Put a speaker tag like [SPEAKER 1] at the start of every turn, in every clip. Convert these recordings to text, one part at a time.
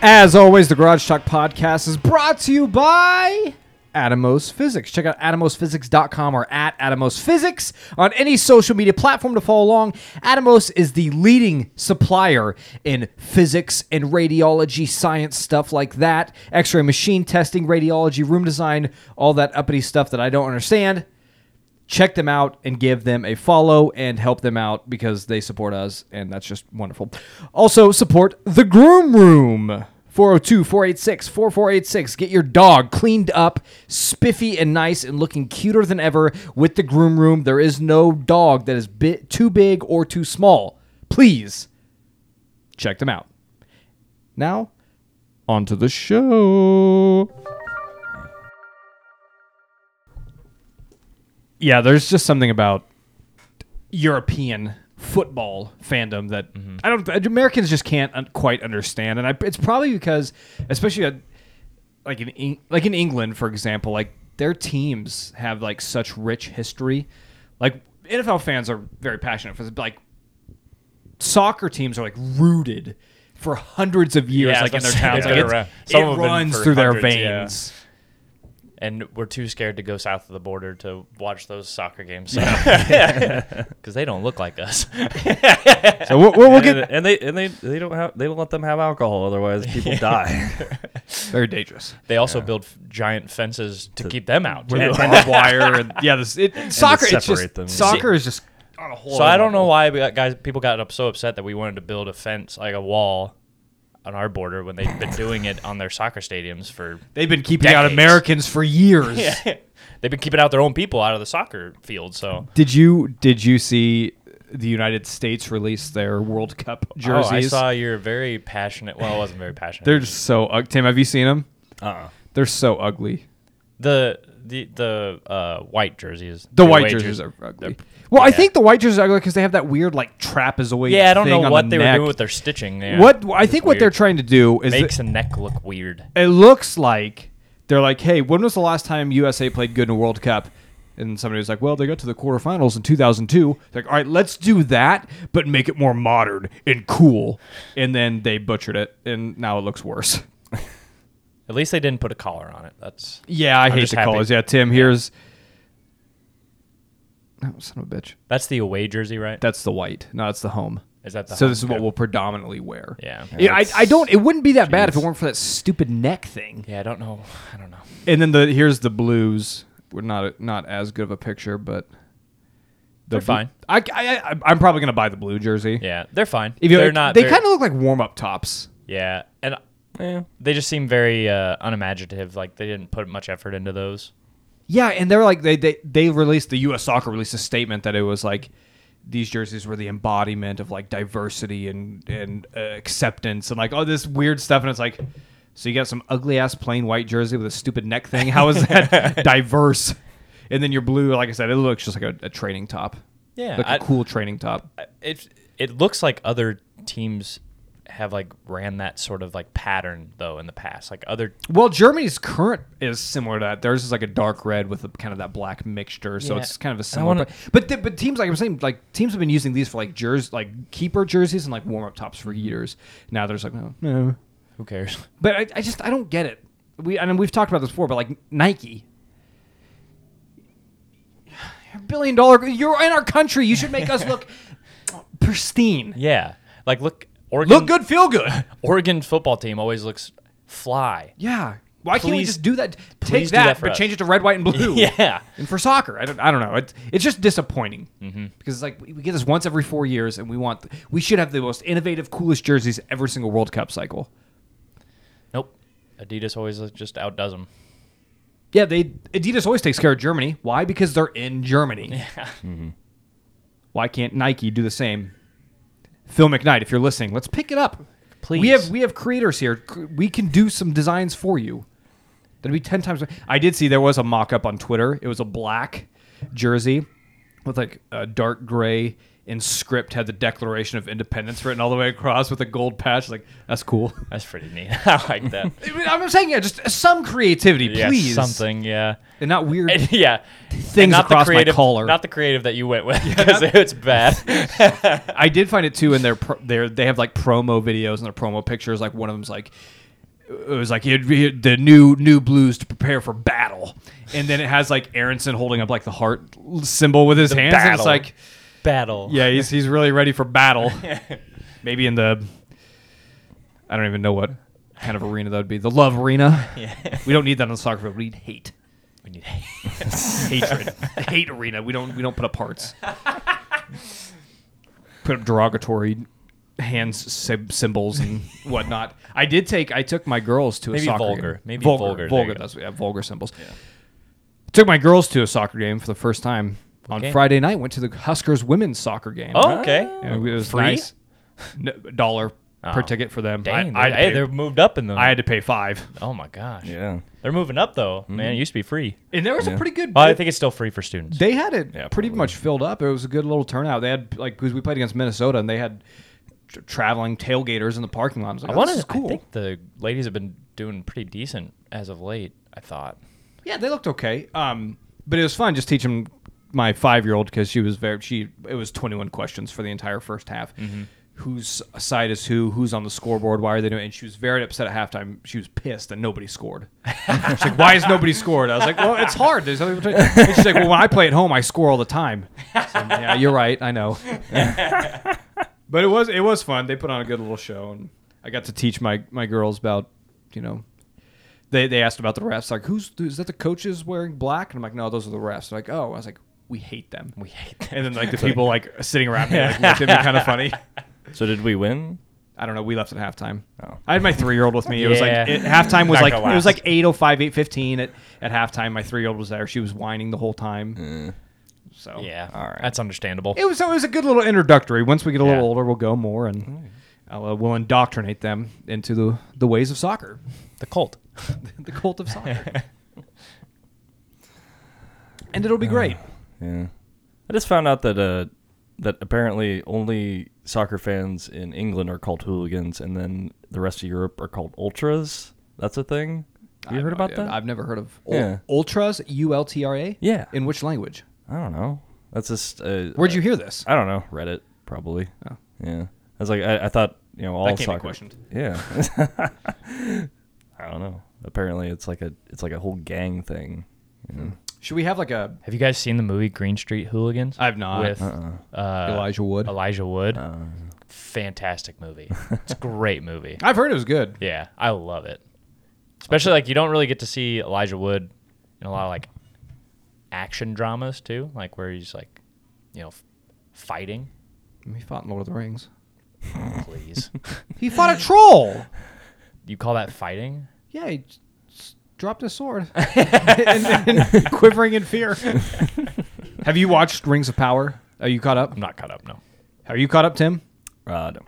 [SPEAKER 1] As always, the Garage Talk podcast is brought to you by Atomos Physics. Check out atomosphysics.com or at Atomos Physics on any social media platform to follow along. Atomos is the leading supplier in physics and radiology science stuff like that, x ray machine testing, radiology, room design, all that uppity stuff that I don't understand check them out and give them a follow and help them out because they support us and that's just wonderful. Also support the Groom Room. 402-486-4486. Get your dog cleaned up, spiffy and nice and looking cuter than ever with the Groom Room. There is no dog that is bit too big or too small. Please check them out. Now, on to the show. yeah, there's just something about European football fandom that
[SPEAKER 2] Mm-hmm.
[SPEAKER 1] I don't. Americans just can't un- quite understand, and I, it's probably because, especially at, like in Eng- like in England, for example, like their teams have like such rich history. Like NFL fans are very passionate for this, but, like soccer teams are like rooted for hundreds of years,
[SPEAKER 3] Yeah, I was
[SPEAKER 1] like in
[SPEAKER 3] gonna
[SPEAKER 1] their
[SPEAKER 3] say,
[SPEAKER 1] towns. Like
[SPEAKER 3] they've been
[SPEAKER 1] it's,
[SPEAKER 2] around- some
[SPEAKER 1] it
[SPEAKER 2] of them been
[SPEAKER 1] runs
[SPEAKER 2] for
[SPEAKER 1] through their
[SPEAKER 2] hundreds, yeah.
[SPEAKER 1] veins.
[SPEAKER 3] and we're too scared to go south of the border to watch those soccer games because they don't look like us.
[SPEAKER 1] So we'll, we'll, we'll
[SPEAKER 4] and,
[SPEAKER 1] get
[SPEAKER 4] and they and they they don't have they don't let them have alcohol otherwise people die.
[SPEAKER 1] very dangerous.
[SPEAKER 3] They also build f- giant fences to, keep them out. too.
[SPEAKER 1] and barbed wire and yeah, this it, soccer. It's just
[SPEAKER 4] separate them.
[SPEAKER 1] soccer is just on a whole.
[SPEAKER 3] So I don't know why we got guys people got up so upset that we wanted to build a fence like a wall on our border when they've been doing it on their soccer stadiums for
[SPEAKER 1] They've been keeping out
[SPEAKER 3] Decades.
[SPEAKER 1] Americans for years.
[SPEAKER 3] they've been keeping out their own people out of the soccer field. So Oh,
[SPEAKER 1] Did you did you see the United States release their World Cup jerseys?
[SPEAKER 3] Oh, I saw you're very passionate. Well, I wasn't very passionate.
[SPEAKER 1] They're just so ug- Tim. Have you seen them?
[SPEAKER 4] Uh-uh.
[SPEAKER 1] They're so ugly.
[SPEAKER 3] the the the uh, white jerseys.
[SPEAKER 1] The
[SPEAKER 3] Your
[SPEAKER 1] white
[SPEAKER 3] away
[SPEAKER 1] jerseys are ugly.
[SPEAKER 3] they're-
[SPEAKER 1] Well, I
[SPEAKER 3] yeah.
[SPEAKER 1] think the white jerseys are ugly because they have that weird like trapezoid.
[SPEAKER 3] Yeah, I don't
[SPEAKER 1] thing
[SPEAKER 3] know
[SPEAKER 1] on
[SPEAKER 3] what
[SPEAKER 1] the
[SPEAKER 3] they were
[SPEAKER 1] neck.
[SPEAKER 3] doing with their stitching there.
[SPEAKER 1] What I think what they're trying to do is
[SPEAKER 3] makes
[SPEAKER 1] that-
[SPEAKER 3] a neck look weird.
[SPEAKER 1] it looks like they're like, hey, when was the last time USA played good in a World Cup? And somebody was like, well, they got to the quarterfinals in 2002. Like, all right, let's do that, but make it more modern and cool. And then they butchered it, and now it looks worse.
[SPEAKER 3] At least they didn't put a collar on it. That's
[SPEAKER 1] Yeah, I hate
[SPEAKER 3] just
[SPEAKER 1] the
[SPEAKER 3] happy.
[SPEAKER 1] colors. Yeah, Tim, here's. Oh, son of a bitch.
[SPEAKER 3] that's the away jersey, right?
[SPEAKER 1] That's the white. No, that's the home.
[SPEAKER 3] Is that the
[SPEAKER 1] so?
[SPEAKER 3] home?
[SPEAKER 1] This is what we'll predominantly wear.
[SPEAKER 3] Yeah.
[SPEAKER 1] yeah I, I don't. It wouldn't be that bad if it weren't for that stupid neck thing.
[SPEAKER 3] yeah, I don't know. I don't know.
[SPEAKER 1] And then the here's the blues. We're not not as good of a picture, but the
[SPEAKER 3] They're
[SPEAKER 1] bl-
[SPEAKER 3] fine.
[SPEAKER 1] I, I, I I'm probably gonna buy the blue jersey.
[SPEAKER 3] Yeah, they're fine.
[SPEAKER 1] If you-
[SPEAKER 3] they're not.
[SPEAKER 1] They
[SPEAKER 3] very-
[SPEAKER 1] kind of look like warm up tops.
[SPEAKER 3] Yeah, and they just seem very uh, unimaginative. Like they didn't put much effort into those.
[SPEAKER 1] Yeah, and they're like they they they released the U.S. Soccer released a statement that it was like these jerseys were the embodiment of like diversity and and uh, acceptance and like all this weird stuff, and it's like. So you got some ugly ass plain white jersey with a stupid neck thing. How is that diverse? And then your blue, like I said, it looks just like a, a training top.
[SPEAKER 3] Yeah,
[SPEAKER 1] like a
[SPEAKER 3] I-
[SPEAKER 1] cool training top.
[SPEAKER 3] It it looks like other teams have like ran that sort of like pattern though in the past. Like other
[SPEAKER 1] Well, Germany's current is similar to that. Theirs is like a dark red with a, kind of that black mixture, so
[SPEAKER 3] Yeah.
[SPEAKER 1] it's kind of a
[SPEAKER 3] And I
[SPEAKER 1] similar.
[SPEAKER 3] wanna-
[SPEAKER 1] but but, the, but teams like I'm saying, like teams have been using these for like jerseys, like keeper jerseys and like warm up tops for years. Now there's like no, no.
[SPEAKER 3] who cares?
[SPEAKER 1] But I, I just I don't get it. We I mean we've talked about this before, but like Nike, You're a billion dollar, you're in our country. You should make us look pristine,
[SPEAKER 3] Yeah, like look Oregon.
[SPEAKER 1] look good, feel good.
[SPEAKER 3] Oregon football team always looks fly.
[SPEAKER 1] Yeah. Why can't we
[SPEAKER 3] Please-
[SPEAKER 1] just do that? Take
[SPEAKER 3] please do
[SPEAKER 1] that,
[SPEAKER 3] that for
[SPEAKER 1] but
[SPEAKER 3] us.
[SPEAKER 1] change it to red, white, and blue.
[SPEAKER 3] Yeah.
[SPEAKER 1] And for soccer, I don't, I don't know. It's, it's just disappointing
[SPEAKER 3] Mm-hmm.
[SPEAKER 1] because it's like we we get this once every four years, and we want we should have the most innovative, coolest jerseys every single World Cup cycle.
[SPEAKER 3] Nope. Adidas always uh, just outdoes them.
[SPEAKER 1] Yeah, they Adidas always takes care of Germany. Why? Because they're in Germany. Why can't Nike do the same? Phil McKnight, if you're listening, let's pick it up.
[SPEAKER 3] Please.
[SPEAKER 1] We have we have creators here. C- We can do some designs for you. That'd be ten times. I did see there was a mock-up on Twitter. It was a black jersey with like a dark gray and script had the Declaration of Independence written all the way across with a gold patch. Like that's cool.
[SPEAKER 3] That's pretty neat. I like that.
[SPEAKER 1] I mean, I'm saying yeah, just some creativity,
[SPEAKER 3] Yeah,
[SPEAKER 1] please,
[SPEAKER 3] something. Yeah.
[SPEAKER 1] and not weird.
[SPEAKER 3] And, yeah.
[SPEAKER 1] Things
[SPEAKER 3] And not
[SPEAKER 1] across
[SPEAKER 3] the
[SPEAKER 1] my
[SPEAKER 3] creative,
[SPEAKER 1] collar.
[SPEAKER 3] Not the creative that you went with because it's bad.
[SPEAKER 1] I did find it too in their pro- their they have like promo videos and their promo pictures. Like one of them's like, it was like he had, he had the new new blues to prepare for battle, and then it has like Aronson holding up like the heart symbol with his hands. And it's
[SPEAKER 3] battle.
[SPEAKER 1] like
[SPEAKER 3] Battle.
[SPEAKER 1] yeah, he's he's really ready for battle. Maybe in the I don't even know what kind of arena that would be. The love arena.
[SPEAKER 3] Yeah.
[SPEAKER 1] We don't need that on the soccer field. We need hate.
[SPEAKER 3] We need
[SPEAKER 1] Hatred. The hate arena. We don't we don't put up hearts. put up derogatory hands sy- symbols and whatnot. I did take I took my girls to a
[SPEAKER 3] Maybe
[SPEAKER 1] soccer
[SPEAKER 3] vulgar.
[SPEAKER 1] game.
[SPEAKER 3] Maybe
[SPEAKER 1] vulgar
[SPEAKER 3] vulgar. There
[SPEAKER 1] vulgar
[SPEAKER 3] you go.
[SPEAKER 1] that's yeah, vulgar symbols. Took my girls to a soccer game for the first time on
[SPEAKER 3] Okay.
[SPEAKER 1] Friday night. Went to the Huskers women's soccer game.
[SPEAKER 3] Oh, okay.
[SPEAKER 1] Yeah, it was
[SPEAKER 3] Free?
[SPEAKER 1] nice. No, dollar per
[SPEAKER 3] Oh.
[SPEAKER 1] ticket for them.
[SPEAKER 3] Dang,
[SPEAKER 1] I, I,
[SPEAKER 3] I,
[SPEAKER 1] had
[SPEAKER 3] hey,
[SPEAKER 1] to
[SPEAKER 3] they're
[SPEAKER 1] pay,
[SPEAKER 3] moved up in the.
[SPEAKER 1] I had to Mm-hmm. pay five,
[SPEAKER 3] oh my gosh,
[SPEAKER 4] Yeah.
[SPEAKER 3] they're moving up though. Man, it used to be free.
[SPEAKER 1] and there was a pretty good.
[SPEAKER 3] Well, I think it's still free for students.
[SPEAKER 1] they had it
[SPEAKER 4] Yeah,
[SPEAKER 1] pretty
[SPEAKER 4] probably.
[SPEAKER 1] much filled up. It was a good little turnout. They had like because we played against Minnesota, and they had tr traveling tailgaters in the parking lot. I was like,
[SPEAKER 3] I
[SPEAKER 1] oh,
[SPEAKER 3] wanted.
[SPEAKER 1] this is cool.
[SPEAKER 3] I think the ladies have been doing pretty decent as of late. I thought.
[SPEAKER 1] Yeah, they looked okay. Um, but it was fun just teaching my five year old because she was very she. It was twenty one questions for the entire first half. Whose side is who? Who's on the scoreboard? Why are they doing? it? And she was very upset at halftime. She was pissed that nobody scored. she's like, "Why is nobody scored?" I was like, "Well, it's hard." There's other people. doing it." And she's like, "Well, when I play at home, I score all the time." So, yeah, you're right. I know. but it was it was fun. They put on a good little show, and I got to teach my my girls about you know they they asked about the refs like who's is that the coaches wearing black and I'm like no those are the refs They're like oh I was like we hate them
[SPEAKER 3] We hate that.
[SPEAKER 1] and then like the people like sitting around me like looked at me kind of funny
[SPEAKER 4] So did we win?
[SPEAKER 1] I don't know we left at halftime
[SPEAKER 4] Oh.
[SPEAKER 1] I had my three year old with me it was like
[SPEAKER 3] Yeah.
[SPEAKER 1] it, halftime was
[SPEAKER 3] Not
[SPEAKER 1] like
[SPEAKER 3] gonna
[SPEAKER 1] it was
[SPEAKER 3] last.
[SPEAKER 1] like eight oh five eight fifteen at at halftime my three year old was there she was whining the whole time
[SPEAKER 3] Mm.
[SPEAKER 1] so
[SPEAKER 3] Yeah,
[SPEAKER 4] All right.
[SPEAKER 3] that's understandable.
[SPEAKER 1] Oh, it was so it was a good little introductory once we get a
[SPEAKER 3] Yeah.
[SPEAKER 1] little older we'll go more and I'll, uh, we'll indoctrinate them into the the ways of soccer
[SPEAKER 3] the cult.
[SPEAKER 1] the cult of soccer. and it'll be great.
[SPEAKER 4] Yeah. I just found out that uh, that apparently only soccer fans in England are called hooligans, and then the rest of Europe are called ultras. That's a thing. Have you heard about that?
[SPEAKER 1] I've never heard of ul-
[SPEAKER 4] Yeah.
[SPEAKER 1] ultras. U L T R A.
[SPEAKER 4] Yeah.
[SPEAKER 1] In which language?
[SPEAKER 4] I don't know. That's just. Uh,
[SPEAKER 1] Where'd you hear this?
[SPEAKER 4] I don't know. Reddit probably.
[SPEAKER 1] Oh.
[SPEAKER 4] Yeah. I was like, I, I thought you know all
[SPEAKER 1] That can't be
[SPEAKER 4] soccer.
[SPEAKER 1] questioned.
[SPEAKER 4] Yeah. I don't know. Apparently, it's like a it's like a whole gang thing. you know?
[SPEAKER 1] Should we have like a?
[SPEAKER 3] Have you guys seen the movie Green Street Hooligans?
[SPEAKER 1] I've not.
[SPEAKER 3] With uh,
[SPEAKER 1] Elijah Wood.
[SPEAKER 3] Elijah Wood. Fantastic movie. it's a great movie.
[SPEAKER 1] I've heard it was good.
[SPEAKER 3] Yeah, I love it. Especially like you don't really get to see Elijah Wood in a lot of like action dramas too, like where he's like, you know, f- fighting.
[SPEAKER 1] He fought in Lord of the Rings.
[SPEAKER 3] Please,
[SPEAKER 1] He fought a troll.
[SPEAKER 3] you call that fighting?
[SPEAKER 1] Yeah, he s- s- dropped his sword, and, and quivering in fear. have you watched Rings of Power? Are you caught up?
[SPEAKER 3] I'm not caught up. No,
[SPEAKER 1] Are you caught up, Tim?
[SPEAKER 4] Uh, no.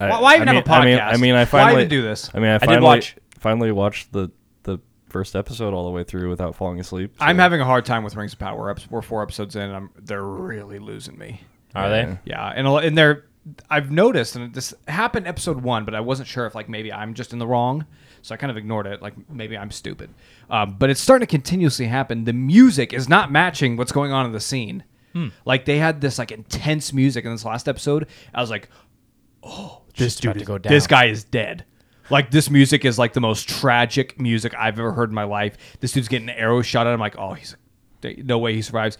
[SPEAKER 4] I,
[SPEAKER 1] Why- why even
[SPEAKER 4] I
[SPEAKER 1] have
[SPEAKER 4] mean,
[SPEAKER 1] a
[SPEAKER 4] I mean,
[SPEAKER 1] podcast?
[SPEAKER 4] I mean,
[SPEAKER 1] Why
[SPEAKER 4] I finally
[SPEAKER 1] even do this?
[SPEAKER 4] I mean, I
[SPEAKER 3] did
[SPEAKER 4] finally
[SPEAKER 3] watch-
[SPEAKER 4] finally watched the the first episode all the way through without falling asleep. so-
[SPEAKER 1] I'm having a hard time with Rings of Power. We're, up, we're four episodes in, and I'm, they're really losing me.
[SPEAKER 3] are
[SPEAKER 4] Yeah.
[SPEAKER 3] they?
[SPEAKER 1] Yeah, and a lo- and there, I've noticed, and this happened episode one, but I wasn't sure if like maybe I'm just in the wrong, so I kind of ignored it. Like maybe I'm stupid, um, but it's starting to continuously happen. The music is not matching what's going on in the scene. Like they had this like intense music in this last episode. I was like, oh, this
[SPEAKER 3] Shit's about
[SPEAKER 1] dude,
[SPEAKER 3] to
[SPEAKER 1] is-
[SPEAKER 3] go down.
[SPEAKER 1] this guy is dead. Like this music is like the most tragic music I've ever heard in my life. This dude's getting an arrow shot at him. Like, oh, he's no way he survives.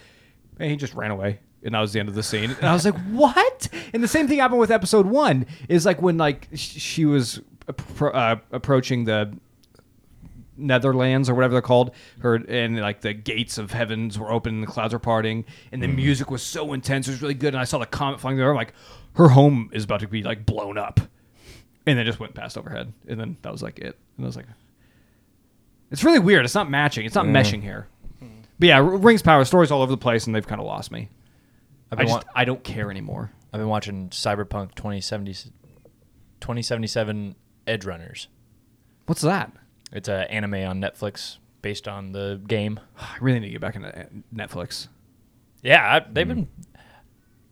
[SPEAKER 1] And he just ran away, and that was the end of the scene. And I was like, what? And the same thing happened with episode one. Is like when like sh- she was appro- uh, approaching the Netherlands or whatever they're called. Her and like the gates of heavens were open, and the clouds were parting, and the
[SPEAKER 3] Mm-hmm.
[SPEAKER 1] music was so intense. It was really good, and I saw the comet flying there. I'm like, her home is about to be like blown up, and then just went past overhead, and then that was like it. And I was like, it's really weird. It's not matching. It's not meshing here. But yeah, R- Rings Power stories all over the place, and they've kind of lost me.
[SPEAKER 3] I've
[SPEAKER 1] I
[SPEAKER 3] been,
[SPEAKER 1] just
[SPEAKER 3] wa-
[SPEAKER 1] I don't care anymore.
[SPEAKER 3] I've been watching Cyberpunk 2070, 2077 Edge Runners.
[SPEAKER 1] What's that?
[SPEAKER 3] It's an anime on Netflix based on the game.
[SPEAKER 1] I really need to get back into uh, Netflix.
[SPEAKER 3] Yeah, I,
[SPEAKER 1] Hmm.
[SPEAKER 3] they've been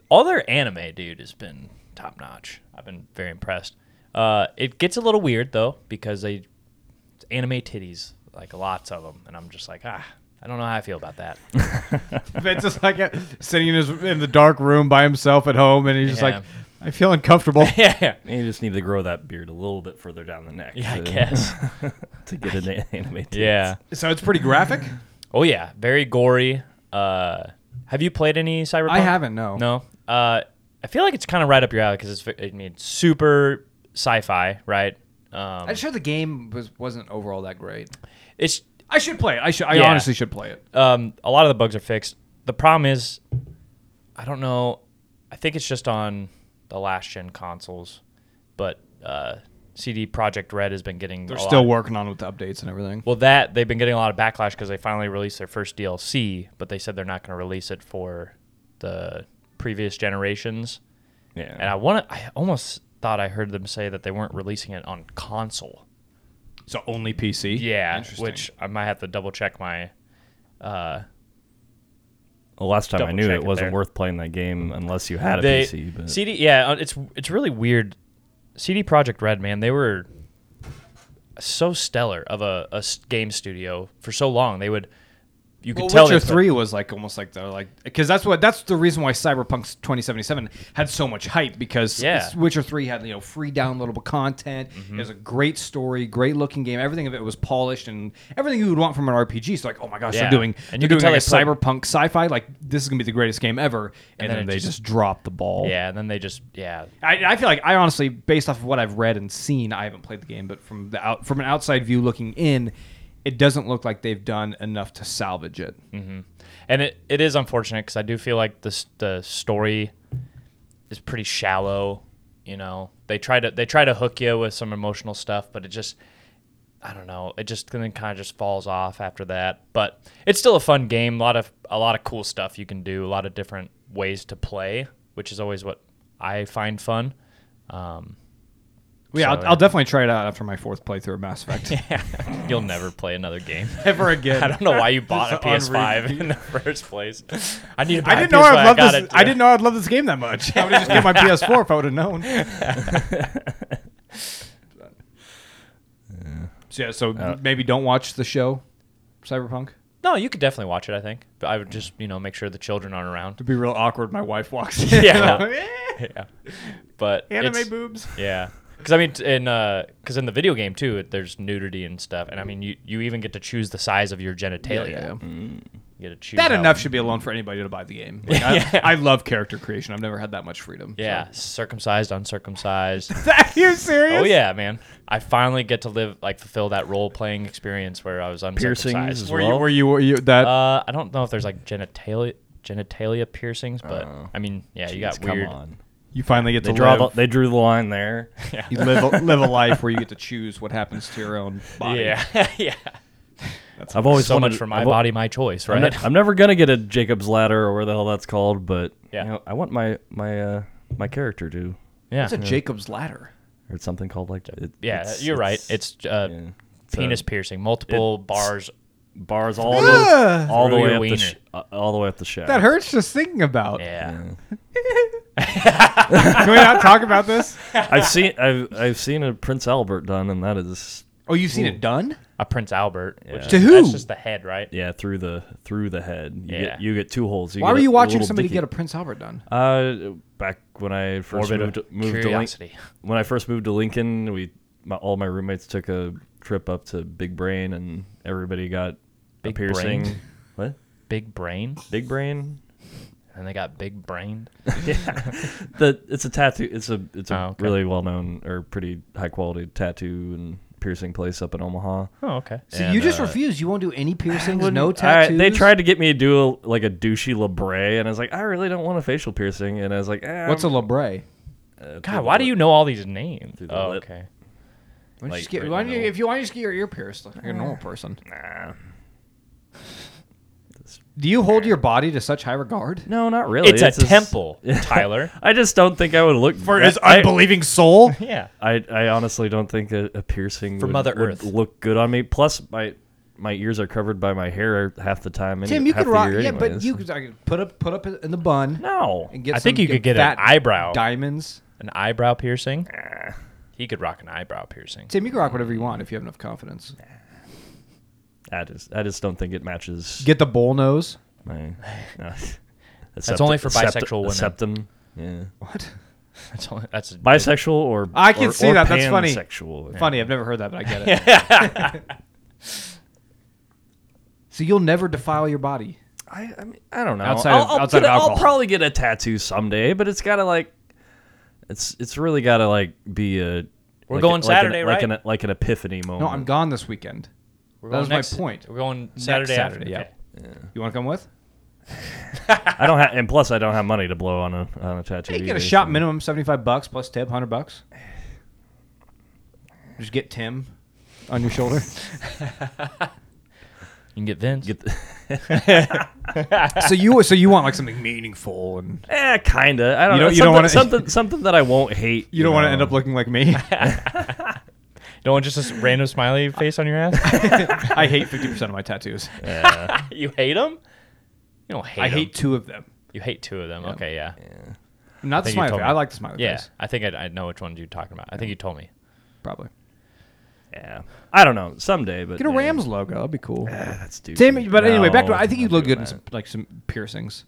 [SPEAKER 3] all their anime, dude, has been top notch. I've been very impressed. Uh, it gets a little weird though because they it's anime titties like lots of them, and I'm just like ah. I don't know how I feel about that.
[SPEAKER 1] Vince is like sitting in his in the dark room by himself at home, and he's just
[SPEAKER 3] Yeah.
[SPEAKER 1] like, I feel uncomfortable.
[SPEAKER 3] yeah,
[SPEAKER 4] You just need to grow that beard a little bit further down the neck.
[SPEAKER 3] yeah, I
[SPEAKER 4] to,
[SPEAKER 3] guess.
[SPEAKER 4] to get an anime. tits.
[SPEAKER 3] yeah.
[SPEAKER 1] so it's pretty graphic.
[SPEAKER 3] Oh yeah, very gory. Uh, have you played any Cyberpunk?
[SPEAKER 1] I haven't. No.
[SPEAKER 3] No. Uh, I feel like it's kind of right up your alley because it's ve- I mean super sci-fi, right? Um,
[SPEAKER 1] I'm sure the game was wasn't overall that great.
[SPEAKER 3] it's
[SPEAKER 1] I should play it. I should. I
[SPEAKER 3] Yeah.
[SPEAKER 1] honestly should play it.
[SPEAKER 3] um, a lot of the bugs are fixed. The problem is, I don't know. I think it's just on the last gen consoles, but uh, CD Project Red has been getting.
[SPEAKER 1] They're
[SPEAKER 3] a
[SPEAKER 1] still
[SPEAKER 3] lot-
[SPEAKER 1] working on with the updates and everything.
[SPEAKER 3] Well, that they've been getting a lot of backlash because they finally released their first DLC, but they said they're not going to release it for the previous generations.
[SPEAKER 4] Yeah.
[SPEAKER 3] And I want to. I almost thought I heard them say that they weren't releasing it on console.
[SPEAKER 1] So only PC.
[SPEAKER 3] Yeah,
[SPEAKER 1] Interesting.
[SPEAKER 3] which I might have to double check my. Uh,
[SPEAKER 4] Well, last time I
[SPEAKER 3] Double
[SPEAKER 4] knew
[SPEAKER 3] check
[SPEAKER 4] it
[SPEAKER 3] it
[SPEAKER 4] wasn't
[SPEAKER 3] there.
[SPEAKER 4] worth playing that game unless you had a
[SPEAKER 3] they,
[SPEAKER 4] PC. But
[SPEAKER 3] CD, yeah, uh, it's it's really weird. CD Project Red, man, they were so stellar of a, a s- game studio for so long. They would, you could
[SPEAKER 1] Well,
[SPEAKER 3] tell.
[SPEAKER 1] Witcher
[SPEAKER 3] they put-
[SPEAKER 1] Three was like almost like the like because that's what that's the reason why Cyberpunk 2077 had so much hype because
[SPEAKER 3] Yeah. Mm-hmm.
[SPEAKER 1] s- Witcher Three had you know free downloadable content. It was a great story, great looking game. Everything of it was polished and everything you would want from an RPG. So like, oh my gosh,
[SPEAKER 3] Yeah.
[SPEAKER 1] they're doing
[SPEAKER 3] And you
[SPEAKER 1] they're doing
[SPEAKER 3] could tell
[SPEAKER 1] like a
[SPEAKER 3] they put-
[SPEAKER 1] cyberpunk sci-fi. Like this is gonna be the greatest game ever, and,
[SPEAKER 3] then
[SPEAKER 1] then,
[SPEAKER 3] it
[SPEAKER 1] they
[SPEAKER 3] just-
[SPEAKER 1] just, dropped the ball.
[SPEAKER 3] Yeah, and then they just yeah.
[SPEAKER 1] I, I feel like I honestly, based off of what I've read and seen, I haven't played the game, but from the out, from an outside view looking in, it doesn't look like they've done enough to salvage it.
[SPEAKER 3] and it, it is unfortunate because I do feel like this the story is pretty shallow. You know, they try to they try to hook you with some emotional stuff, but it just I don't know. It just then kind of just falls off after that. But it's still a fun game. A lot of a lot of cool stuff you can do. A lot of different ways to play, which is always what I find fun. Um,
[SPEAKER 1] Well, yeah,
[SPEAKER 3] So,
[SPEAKER 1] I'll,
[SPEAKER 3] yeah.
[SPEAKER 1] I'll definitely try it out after my fourth playthrough of Mass Effect.
[SPEAKER 3] you'll never play another game.
[SPEAKER 1] Ever again.
[SPEAKER 3] I don't know why you bought a
[SPEAKER 1] Just on
[SPEAKER 3] PS5
[SPEAKER 1] repeat.
[SPEAKER 3] in the first place. I need. To buy
[SPEAKER 1] I
[SPEAKER 3] a
[SPEAKER 1] didn't know
[SPEAKER 3] PS5,
[SPEAKER 1] I loved
[SPEAKER 3] got
[SPEAKER 1] this.
[SPEAKER 3] it,
[SPEAKER 1] I
[SPEAKER 3] too.
[SPEAKER 1] didn't know I'd love this game that much. I would have just get my PS4 if I would have known. So yeah, so
[SPEAKER 4] Uh,
[SPEAKER 1] maybe don't watch the show, Cyberpunk.
[SPEAKER 3] No, you could definitely watch it. I think, but I would just you know make sure the children aren't around.
[SPEAKER 1] It'd be real awkward. My wife walks in.
[SPEAKER 3] Yeah. yeah, but it's-
[SPEAKER 1] Anime boobs.
[SPEAKER 3] Yeah, because I mean, t- in because in the video game too, it, there's nudity and stuff, and I mean, you you even get to choose the size of your genitalia. You get to choose
[SPEAKER 1] That
[SPEAKER 3] how-
[SPEAKER 1] enough should be alone for anybody to buy the game. Like,
[SPEAKER 3] Yeah.
[SPEAKER 1] I, I love character creation. I've never had that much freedom. so.
[SPEAKER 3] Yeah, circumcised, uncircumcised.
[SPEAKER 1] Are you serious?
[SPEAKER 3] oh yeah, man! I finally get to live like fulfill that role playing experience where I was uncircumcised.
[SPEAKER 4] as
[SPEAKER 1] Were you?
[SPEAKER 4] well.
[SPEAKER 1] Were you? Were you? That
[SPEAKER 3] Uh, I don't know if there's like genitalia genitalia piercings, but
[SPEAKER 4] Oh.
[SPEAKER 3] I mean, yeah, you got
[SPEAKER 4] Jeez, come
[SPEAKER 3] weird.
[SPEAKER 4] on.
[SPEAKER 1] you finally get
[SPEAKER 4] They
[SPEAKER 1] to
[SPEAKER 4] draw
[SPEAKER 1] live.
[SPEAKER 4] the, they drew the line there.
[SPEAKER 1] you live a, live a life where you get to choose what happens to your own body.
[SPEAKER 3] Yeah, yeah.
[SPEAKER 4] I've always
[SPEAKER 3] so
[SPEAKER 4] wanted
[SPEAKER 3] much for my
[SPEAKER 4] I've al-
[SPEAKER 3] body, my choice,
[SPEAKER 4] I'm,
[SPEAKER 3] right?
[SPEAKER 4] ne- I'm never gonna get a Jacob's ladder or where the hell that's called, but
[SPEAKER 3] Yeah.
[SPEAKER 4] you know, I want my my uh, my character to
[SPEAKER 3] yeah,
[SPEAKER 1] It's a Jacob's ladder.
[SPEAKER 4] or it's something called like it,
[SPEAKER 3] yeah.
[SPEAKER 4] it's-
[SPEAKER 3] you're right. It's uh,
[SPEAKER 4] yeah. It's
[SPEAKER 3] penis
[SPEAKER 4] a-
[SPEAKER 3] piercing, multiple
[SPEAKER 4] it's-
[SPEAKER 3] bars.
[SPEAKER 4] bars all
[SPEAKER 1] Ah!
[SPEAKER 4] the all the
[SPEAKER 3] Through
[SPEAKER 4] way
[SPEAKER 3] your
[SPEAKER 4] up the
[SPEAKER 3] wiener.
[SPEAKER 4] sh- uh, all the way up the shaft.
[SPEAKER 1] That hurts just thinking about.
[SPEAKER 3] Yeah.
[SPEAKER 1] Can we not talk about this?
[SPEAKER 4] I've seen I've I've seen a Prince Albert done, and that is
[SPEAKER 1] Oh, you've seen it done?
[SPEAKER 3] a Prince Albert. Which
[SPEAKER 4] Yeah.
[SPEAKER 3] is,
[SPEAKER 1] To who?
[SPEAKER 3] That's just the head, right?
[SPEAKER 4] yeah through the through the head. You
[SPEAKER 3] Yeah.
[SPEAKER 4] get you get two holes.
[SPEAKER 1] Why were you watching somebody get a Prince Albert done?
[SPEAKER 4] a uh, back when I first
[SPEAKER 3] Morbid
[SPEAKER 4] moved, moved to Lincoln?
[SPEAKER 3] curiosity.
[SPEAKER 4] When I first moved to Lincoln, we my, all my roommates took a trip up to Big Brain, and everybody got
[SPEAKER 3] Big
[SPEAKER 4] a piercing.
[SPEAKER 3] Brain?
[SPEAKER 4] What
[SPEAKER 3] Big brain,
[SPEAKER 4] Big Brain?
[SPEAKER 3] and they got big brained.
[SPEAKER 4] The it's a tattoo. It's a it's a
[SPEAKER 3] Oh, okay.
[SPEAKER 4] really well known or pretty high quality tattoo and piercing place up in Omaha.
[SPEAKER 3] Oh, okay.
[SPEAKER 1] So
[SPEAKER 4] And,
[SPEAKER 1] you just
[SPEAKER 4] uh,
[SPEAKER 1] refuse. You won't do any piercings, no
[SPEAKER 4] All right,
[SPEAKER 1] tattoos.
[SPEAKER 4] they tried to get me to do a, like a douchey labret, and I was like, I really don't want a facial piercing. And I was like, eh,
[SPEAKER 1] What's a
[SPEAKER 4] I'm-
[SPEAKER 1] labrae?
[SPEAKER 4] uh, through
[SPEAKER 3] God, why
[SPEAKER 4] the
[SPEAKER 3] do you know all these names?
[SPEAKER 4] Through the
[SPEAKER 3] Oh,
[SPEAKER 4] lip.
[SPEAKER 1] Why
[SPEAKER 3] okay.
[SPEAKER 1] don't you
[SPEAKER 4] Like,
[SPEAKER 1] just get,
[SPEAKER 4] right
[SPEAKER 1] why
[SPEAKER 4] in the
[SPEAKER 1] don't you,
[SPEAKER 4] middle.
[SPEAKER 1] if you want to just get your ear pierced like a normal person.
[SPEAKER 4] lip. Nah.
[SPEAKER 1] Do you hold your body to such high regard?
[SPEAKER 4] No, not really.
[SPEAKER 3] it's, a
[SPEAKER 4] just-
[SPEAKER 3] temple, Tyler.
[SPEAKER 4] I just don't think I would look
[SPEAKER 1] For
[SPEAKER 4] that-
[SPEAKER 1] his
[SPEAKER 4] I-
[SPEAKER 1] unbelieving soul?
[SPEAKER 3] Yeah.
[SPEAKER 4] I, I honestly don't think a, a piercing
[SPEAKER 3] For
[SPEAKER 4] would,
[SPEAKER 3] Mother
[SPEAKER 4] would
[SPEAKER 3] Earth.
[SPEAKER 4] look good on me. Plus, my my ears are covered by my hair half the time. Any,
[SPEAKER 1] Tim, you
[SPEAKER 4] half
[SPEAKER 1] could
[SPEAKER 4] the
[SPEAKER 1] rock.
[SPEAKER 4] year
[SPEAKER 1] Yeah, but
[SPEAKER 4] anyways.
[SPEAKER 1] you could I could put up put up in the bun
[SPEAKER 4] no.
[SPEAKER 1] and get.
[SPEAKER 3] I think
[SPEAKER 1] some
[SPEAKER 3] you could get an
[SPEAKER 1] fat
[SPEAKER 3] eyebrow.
[SPEAKER 1] diamonds.
[SPEAKER 3] An eyebrow piercing. He could rock an eyebrow piercing.
[SPEAKER 1] Tim, you can rock whatever you want if you have enough confidence.
[SPEAKER 4] I just I just don't think it matches.
[SPEAKER 1] Get the bull nose.
[SPEAKER 4] my, uh, no.
[SPEAKER 3] That's only for bisexual women.
[SPEAKER 4] Septum. Yeah.
[SPEAKER 1] What?
[SPEAKER 3] That's only, that's a,
[SPEAKER 4] Bisexual or
[SPEAKER 1] I can
[SPEAKER 4] or-
[SPEAKER 1] see
[SPEAKER 4] or
[SPEAKER 1] that. That's funny.
[SPEAKER 4] Pansexual.
[SPEAKER 1] Funny, I've never heard that, but I get it. so you'll never defile your body.
[SPEAKER 4] I, I, mean, I don't know.
[SPEAKER 1] Outside
[SPEAKER 4] I'll,
[SPEAKER 1] of-
[SPEAKER 4] I'll
[SPEAKER 1] outside
[SPEAKER 4] get
[SPEAKER 1] of
[SPEAKER 4] a- I'll
[SPEAKER 1] alcohol.
[SPEAKER 4] probably get a tattoo someday, but it's gotta like, it's it's really gotta like be a.
[SPEAKER 3] We're
[SPEAKER 4] like a-
[SPEAKER 3] going
[SPEAKER 4] like an-
[SPEAKER 3] Saturday,
[SPEAKER 4] like
[SPEAKER 3] right?
[SPEAKER 4] An, like an epiphany moment.
[SPEAKER 1] No, I'm gone this weekend.
[SPEAKER 3] We're
[SPEAKER 1] That
[SPEAKER 3] going
[SPEAKER 1] was my
[SPEAKER 3] next-
[SPEAKER 1] point.
[SPEAKER 3] We're going Saturday,
[SPEAKER 1] Saturday,
[SPEAKER 3] after.
[SPEAKER 1] yeah.
[SPEAKER 3] okay.
[SPEAKER 1] You want to come with?
[SPEAKER 4] I don't have, and plus I don't have money to blow on a on a tattoo.
[SPEAKER 1] Hey, get
[SPEAKER 4] either,
[SPEAKER 1] a shop
[SPEAKER 4] so-
[SPEAKER 1] minimum seventy five bucks plus tip hundred bucks. Just get Tim on your shoulder.
[SPEAKER 3] You can get Vince.
[SPEAKER 4] Get the,
[SPEAKER 1] so you so you want like something meaningful and
[SPEAKER 4] eh, kinda. I don't
[SPEAKER 1] You
[SPEAKER 4] know.
[SPEAKER 1] don't- you don't wanna-
[SPEAKER 4] something, something something that I won't hate.
[SPEAKER 1] you don't want to
[SPEAKER 4] know.
[SPEAKER 1] end up looking like me.
[SPEAKER 3] Don't want just a s- random smiley face on your ass.
[SPEAKER 1] I hate fifty percent of my tattoos.
[SPEAKER 3] you hate them? You don't hate.
[SPEAKER 1] I
[SPEAKER 3] 'em.
[SPEAKER 1] hate two of them.
[SPEAKER 3] You hate two of them. Okay, yeah.
[SPEAKER 1] Not the
[SPEAKER 3] think you
[SPEAKER 1] smiley
[SPEAKER 3] told
[SPEAKER 1] face.
[SPEAKER 3] me.
[SPEAKER 1] I like the smiley
[SPEAKER 3] Yeah,
[SPEAKER 1] face.
[SPEAKER 3] I think I, I know which ones you're talking about. I think you told me.
[SPEAKER 1] Probably.
[SPEAKER 4] Yeah, I don't know. Someday, but
[SPEAKER 1] Get a
[SPEAKER 4] yeah.
[SPEAKER 1] Rams logo. That'd be cool.
[SPEAKER 4] Ah, that's stupid.
[SPEAKER 1] Tim, but anyway, back to
[SPEAKER 4] No,
[SPEAKER 1] I think you
[SPEAKER 4] not
[SPEAKER 1] look good
[SPEAKER 4] doing
[SPEAKER 1] in some,
[SPEAKER 4] that.
[SPEAKER 1] like some piercings.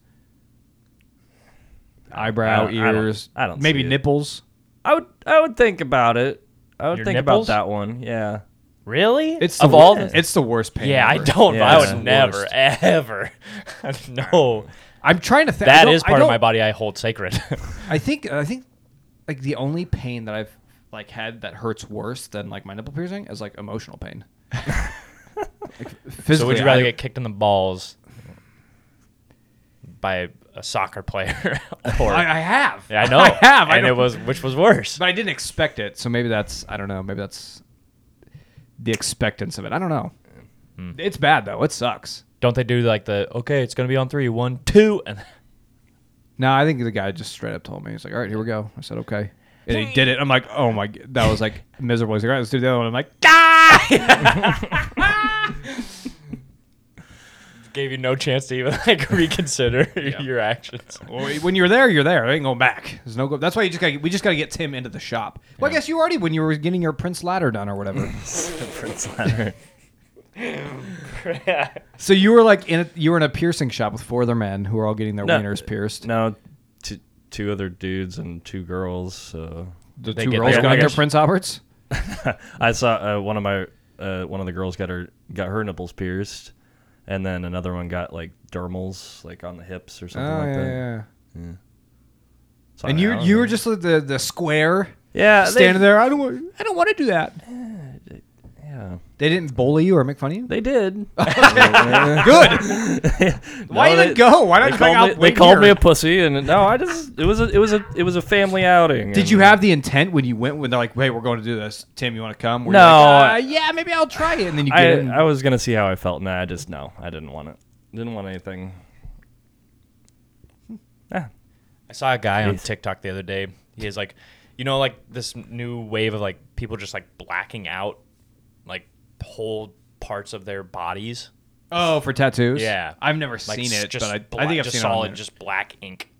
[SPEAKER 1] Eyebrow,
[SPEAKER 4] I don't- I don't-
[SPEAKER 1] ears,
[SPEAKER 4] I don't
[SPEAKER 1] maybe
[SPEAKER 4] see it.
[SPEAKER 1] nipples.
[SPEAKER 4] I would I would think about it. I would
[SPEAKER 3] Your
[SPEAKER 4] think
[SPEAKER 3] nipples?
[SPEAKER 4] about that one. Yeah.
[SPEAKER 3] Really?
[SPEAKER 1] It's the
[SPEAKER 3] of all.
[SPEAKER 1] wor-
[SPEAKER 3] The,
[SPEAKER 1] it's the worst pain.
[SPEAKER 3] yeah, I
[SPEAKER 1] ever.
[SPEAKER 3] don't.
[SPEAKER 4] Yeah,
[SPEAKER 3] I
[SPEAKER 4] it's
[SPEAKER 3] would
[SPEAKER 4] the
[SPEAKER 3] never,
[SPEAKER 4] worst.
[SPEAKER 3] ever. no,
[SPEAKER 1] I'm trying to think.
[SPEAKER 3] that is part of my body I hold sacred.
[SPEAKER 1] I think I think like the only pain that I've like had that hurts worse than like my nipple piercing is like emotional pain. like, physically,
[SPEAKER 3] so would you rather
[SPEAKER 1] I-
[SPEAKER 3] get kicked in the balls by a soccer player or?
[SPEAKER 1] I, I have.
[SPEAKER 3] Yeah, I know.
[SPEAKER 1] I have. I
[SPEAKER 3] and
[SPEAKER 1] know.
[SPEAKER 3] it was which was worse.
[SPEAKER 1] but I didn't expect it. So maybe that's I don't know. Maybe that's the expectance of it. I don't know.
[SPEAKER 3] Hmm.
[SPEAKER 1] It's bad though. It sucks.
[SPEAKER 3] Don't they do like the okay? It's gonna be on three, one, two, and
[SPEAKER 1] No, I think the guy just straight up told me. He's like, "All right, here we go." I said, "Okay," and he did it. I'm like, "Oh my!" g- That was like miserable. He's like, "All right, let's do the other one." I'm like,
[SPEAKER 3] gave you no chance to even like reconsider your actions.
[SPEAKER 1] Well, when you're there, you're there. It ain't going back. There's no go. That's why you just got. We just got to get Tim into the shop. Well, I guess you already when you were getting your Prince ladder done or whatever. so you were like in a, you were in a piercing shop with four other men who were all getting their
[SPEAKER 4] No.
[SPEAKER 1] wieners pierced.
[SPEAKER 4] No, t- two other dudes and two girls. So
[SPEAKER 1] The
[SPEAKER 3] They
[SPEAKER 1] two
[SPEAKER 3] get
[SPEAKER 1] girls
[SPEAKER 3] their
[SPEAKER 1] got their
[SPEAKER 3] wieners.
[SPEAKER 1] Prince Alberts.
[SPEAKER 4] I saw uh, one of my uh, one of the girls got her got her nipples pierced, and then another one got like dermals like on the hips or
[SPEAKER 1] Oh
[SPEAKER 4] something like
[SPEAKER 1] yeah,
[SPEAKER 4] that.
[SPEAKER 1] yeah.
[SPEAKER 4] So
[SPEAKER 1] And
[SPEAKER 4] I
[SPEAKER 1] you
[SPEAKER 4] don't
[SPEAKER 1] you
[SPEAKER 4] know.
[SPEAKER 1] were just like the the square
[SPEAKER 4] yeah they-
[SPEAKER 1] standing there. I don't want, I don't want to do that.
[SPEAKER 4] Yeah,
[SPEAKER 1] They didn't bully you or make fun of you.
[SPEAKER 4] they did.
[SPEAKER 1] Good. Why
[SPEAKER 4] No,
[SPEAKER 1] did
[SPEAKER 4] they-
[SPEAKER 1] it go? Why not?
[SPEAKER 4] They
[SPEAKER 1] like, I'll
[SPEAKER 4] called, me, they
[SPEAKER 1] wait
[SPEAKER 4] called
[SPEAKER 1] here.
[SPEAKER 4] me a pussy, and no, I just it was a it was a it was a family outing.
[SPEAKER 1] Did
[SPEAKER 4] and-
[SPEAKER 1] you have the intent when you went when they're like, "Hey, we're going to do this, Tim. You want to come?" Were you
[SPEAKER 4] No,
[SPEAKER 1] like,
[SPEAKER 4] I-
[SPEAKER 1] "Uh, yeah, maybe I'll try it, and then you get
[SPEAKER 4] I
[SPEAKER 1] in.
[SPEAKER 4] I was gonna see how I felt, and I just no, I didn't want it. Didn't want anything. Hmm. Yeah.
[SPEAKER 3] I saw a guy on TikTok the other day. He is like, you know, like this new wave of like people just like blacking out like whole parts of their bodies.
[SPEAKER 1] oh, for tattoos.
[SPEAKER 3] Yeah.
[SPEAKER 1] I've never
[SPEAKER 3] Like
[SPEAKER 1] seen
[SPEAKER 3] s-
[SPEAKER 1] it,
[SPEAKER 3] just
[SPEAKER 1] but I,
[SPEAKER 3] bla-
[SPEAKER 1] I think I've
[SPEAKER 3] just
[SPEAKER 1] seen it. on
[SPEAKER 3] solid,
[SPEAKER 1] there.
[SPEAKER 3] just black ink.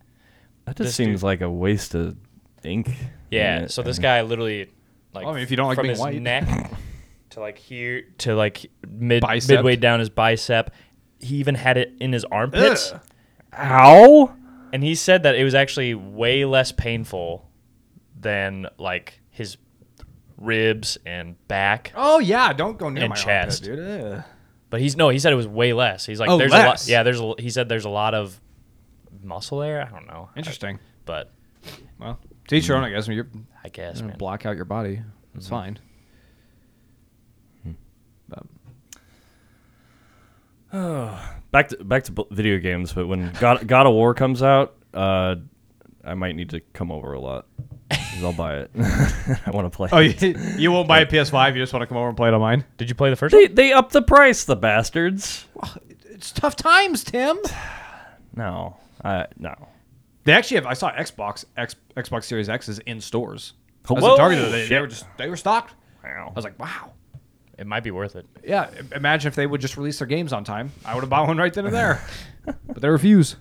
[SPEAKER 4] That just
[SPEAKER 3] This
[SPEAKER 4] seems
[SPEAKER 3] dude-
[SPEAKER 4] like a waste of ink.
[SPEAKER 3] Yeah. So this guy literally, like,
[SPEAKER 1] Well, I mean, if you don't like
[SPEAKER 3] from
[SPEAKER 1] being
[SPEAKER 3] his
[SPEAKER 1] white.
[SPEAKER 3] neck to like here to like mid
[SPEAKER 1] Bicep.
[SPEAKER 3] midway down his bicep, he even had it in his armpits,
[SPEAKER 1] Ugh.
[SPEAKER 4] How?
[SPEAKER 3] and he said that it was actually way less painful than like his ribs and back.
[SPEAKER 1] oh yeah, don't go near
[SPEAKER 3] And
[SPEAKER 1] my
[SPEAKER 3] chest.
[SPEAKER 1] Armpit, dude. Ugh.
[SPEAKER 3] But he's no, he said it was way less. He's like,
[SPEAKER 1] Oh,
[SPEAKER 3] there's
[SPEAKER 1] less.
[SPEAKER 3] a lot. Yeah, there's a. He said there's a lot of muscle there. I don't know.
[SPEAKER 1] Interesting.
[SPEAKER 3] But
[SPEAKER 1] Well, teach your own, I Mm-hmm. guess. When You're
[SPEAKER 3] I guess, man.
[SPEAKER 1] block out your body. It's fine. But
[SPEAKER 4] Back to back to bu- video games, but when God God of War comes out, uh, I might need to come over a lot. 'cause I'll buy it. I want to play.
[SPEAKER 1] oh, you, you won't buy a PS5. You just want to come over and play it on mine.
[SPEAKER 3] Did you play the first?
[SPEAKER 4] They they up the price, the bastards.
[SPEAKER 1] It's tough times, Tim.
[SPEAKER 4] No, I no.
[SPEAKER 1] They actually have. I saw Xbox X, Xbox Series X is in stores. I was
[SPEAKER 4] Whoa,
[SPEAKER 1] at Target the other day. They
[SPEAKER 4] shit.
[SPEAKER 1] were just they were stocked.
[SPEAKER 4] Wow.
[SPEAKER 1] I was like, wow.
[SPEAKER 3] It might be worth it.
[SPEAKER 1] Yeah, i- imagine if they would just release their games on time. I would have bought one right then and there. but they refuse.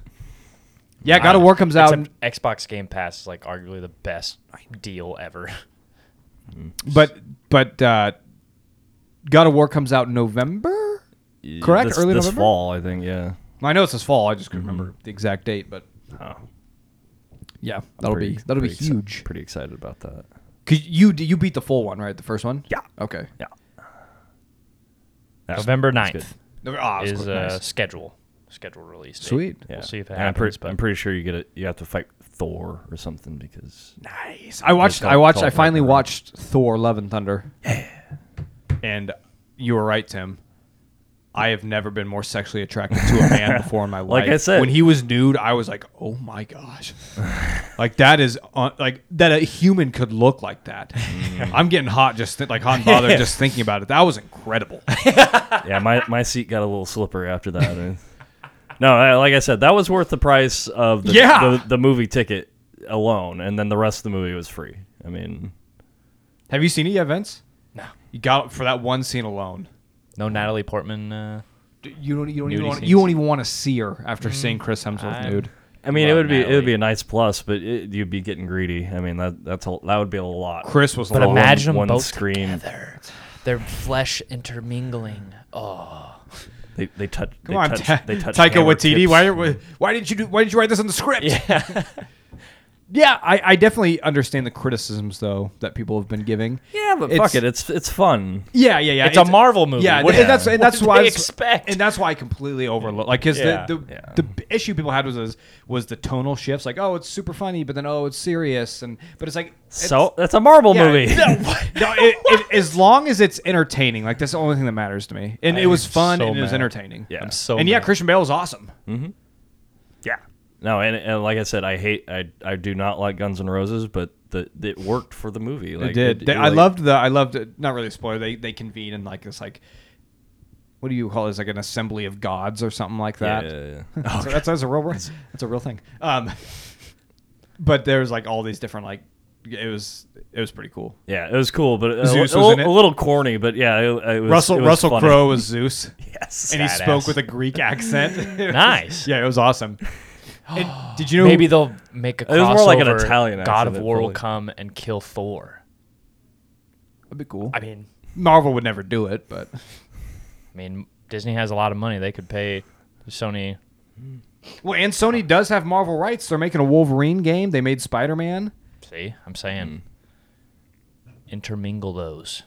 [SPEAKER 1] Yeah, God of War comes out,
[SPEAKER 3] Except Xbox Game Pass is like arguably the best deal ever.
[SPEAKER 1] but but uh, God of War comes out in November. Correct?
[SPEAKER 4] This,
[SPEAKER 1] Early
[SPEAKER 4] this
[SPEAKER 1] November?
[SPEAKER 4] fall, I think. Yeah.
[SPEAKER 1] Well, I know it's this fall. I just couldn't remember the exact date, but
[SPEAKER 4] Oh.
[SPEAKER 1] Yeah,
[SPEAKER 4] I'm
[SPEAKER 1] that'll
[SPEAKER 4] pretty-
[SPEAKER 1] be that'll be
[SPEAKER 4] pretty exci-
[SPEAKER 1] huge.
[SPEAKER 4] pretty excited about that.
[SPEAKER 1] Cause you you beat the full one, right? The first one.
[SPEAKER 4] Yeah.
[SPEAKER 1] Okay.
[SPEAKER 4] Yeah. That's-
[SPEAKER 3] November
[SPEAKER 4] oh, that's good.
[SPEAKER 3] 9th
[SPEAKER 1] No, ah,
[SPEAKER 3] is
[SPEAKER 1] cool.
[SPEAKER 3] uh,
[SPEAKER 1] Nice.
[SPEAKER 3] schedule schedule release. Date.
[SPEAKER 1] Sweet.
[SPEAKER 3] We'll see if it
[SPEAKER 4] And I'm
[SPEAKER 3] happens.
[SPEAKER 4] pretty,
[SPEAKER 3] but
[SPEAKER 4] I'm pretty sure you get it. You have to fight Thor or something because
[SPEAKER 1] Nice. I watched. I
[SPEAKER 4] called-
[SPEAKER 1] watched. I
[SPEAKER 4] called
[SPEAKER 1] finally
[SPEAKER 4] Ragnarok.
[SPEAKER 1] watched Thor: Love and Thunder. And you were right, Tim. I have never been more sexually attracted to a man before in my life.
[SPEAKER 4] Like I said.
[SPEAKER 1] when he was nude, I was like, "Oh my gosh!" like that is un- like that a human could look like that.
[SPEAKER 4] Mm.
[SPEAKER 1] I'm getting hot just th- like hot and bothered just thinking about it. That was incredible.
[SPEAKER 4] yeah, my, my seat got a little slippery after that. And- no, I- like I said, that was worth the price of the,
[SPEAKER 1] Yeah!
[SPEAKER 4] the the movie ticket alone, and then the rest of the movie was free. I mean,
[SPEAKER 1] have you seen it yet, Vince?
[SPEAKER 3] No.
[SPEAKER 1] You got it for that one scene alone.
[SPEAKER 3] no Natalie Portman. Uh,
[SPEAKER 1] D- You don't. You don't even.
[SPEAKER 3] Nudie
[SPEAKER 1] Want,
[SPEAKER 3] scenes.
[SPEAKER 1] you won't even want to see her after seeing Chris Hemsworth
[SPEAKER 3] I'm-
[SPEAKER 1] nude.
[SPEAKER 4] I mean, it
[SPEAKER 3] Love
[SPEAKER 4] would be it would
[SPEAKER 3] Natalie.
[SPEAKER 4] be a nice plus, but it, you'd be getting greedy. I mean, that that's a, that would be a lot.
[SPEAKER 1] Chris was.
[SPEAKER 3] but
[SPEAKER 1] alone.
[SPEAKER 3] imagine them
[SPEAKER 4] one
[SPEAKER 3] both
[SPEAKER 4] screen.
[SPEAKER 3] together, their flesh intermingling. Oh,
[SPEAKER 4] They they touch.
[SPEAKER 1] Come
[SPEAKER 4] they
[SPEAKER 1] on,
[SPEAKER 4] touch,
[SPEAKER 1] Ta-
[SPEAKER 4] they touch
[SPEAKER 1] Taika
[SPEAKER 4] hammer
[SPEAKER 1] Waititi.
[SPEAKER 4] tips.
[SPEAKER 1] Why, are, why didn't you do? Why did you write this on the script? Yeah, I, I definitely understand the criticisms though that people have been giving.
[SPEAKER 4] Yeah, but fuck it, it's it's fun.
[SPEAKER 1] Yeah, yeah, yeah.
[SPEAKER 3] It's a Marvel movie.
[SPEAKER 1] Yeah,
[SPEAKER 3] What-
[SPEAKER 1] and that's and
[SPEAKER 3] what
[SPEAKER 1] that's
[SPEAKER 3] did
[SPEAKER 1] why
[SPEAKER 3] they
[SPEAKER 1] I was-
[SPEAKER 3] expect?
[SPEAKER 1] and that's why I completely overlooked. Like, because
[SPEAKER 3] Yeah.
[SPEAKER 1] the the,
[SPEAKER 4] Yeah.
[SPEAKER 1] the b- issue people had was, was was the tonal shifts. Like, oh, it's super funny, but then oh, it's serious, and but it's like it's-
[SPEAKER 4] so that's a Marvel
[SPEAKER 1] yeah,
[SPEAKER 4] movie.
[SPEAKER 1] No, no, it, it, as long as it's entertaining, like that's the only thing that matters to me. And it
[SPEAKER 3] am
[SPEAKER 1] was fun
[SPEAKER 3] so
[SPEAKER 1] and it was
[SPEAKER 3] mad.
[SPEAKER 1] entertaining.
[SPEAKER 4] Yeah.
[SPEAKER 3] I'm so.
[SPEAKER 1] and yeah,
[SPEAKER 3] mad.
[SPEAKER 1] Christian Bale was awesome.
[SPEAKER 4] Yeah. No, and, and like I said, I hate I I do not like Guns N' Roses, but the it worked for the movie. Like,
[SPEAKER 1] It did. They-
[SPEAKER 4] it,
[SPEAKER 1] I
[SPEAKER 4] like-
[SPEAKER 1] loved the. I loved it. Not really a spoiler. They they convene in like this like, what do you call this? Like an assembly of gods or something like
[SPEAKER 4] Yeah,
[SPEAKER 1] that.
[SPEAKER 4] yeah, yeah. Oh,
[SPEAKER 1] that's, that's, that's a real word. That's a real thing. Um, but there's like all these different like, it was it was pretty cool.
[SPEAKER 4] Yeah, it was cool, but a,
[SPEAKER 1] Zeus
[SPEAKER 4] li-
[SPEAKER 1] was
[SPEAKER 4] a, li-
[SPEAKER 1] in it.
[SPEAKER 4] a little corny. But yeah, it, it was,
[SPEAKER 1] Russell
[SPEAKER 4] it was
[SPEAKER 1] Russell
[SPEAKER 4] funny.
[SPEAKER 1] Crowe was Zeus,
[SPEAKER 4] Yes.
[SPEAKER 1] and he
[SPEAKER 3] Badass.
[SPEAKER 1] spoke with a Greek accent. It was-
[SPEAKER 3] Nice.
[SPEAKER 1] yeah, it was awesome. And did you know?
[SPEAKER 3] Maybe they'll make a crossover.
[SPEAKER 4] It was more like an Italian
[SPEAKER 3] God
[SPEAKER 4] accent,
[SPEAKER 3] of War will
[SPEAKER 4] probably.
[SPEAKER 3] come and kill Thor.
[SPEAKER 1] that'd be cool.
[SPEAKER 3] I mean,
[SPEAKER 1] Marvel would never do it, but
[SPEAKER 3] I mean, Disney has a lot of money. They could pay Sony.
[SPEAKER 1] well, and Sony does have Marvel rights. They're making a Wolverine game. They made Spider Man.
[SPEAKER 3] See, I'm saying,
[SPEAKER 4] Hmm.
[SPEAKER 3] intermingle those.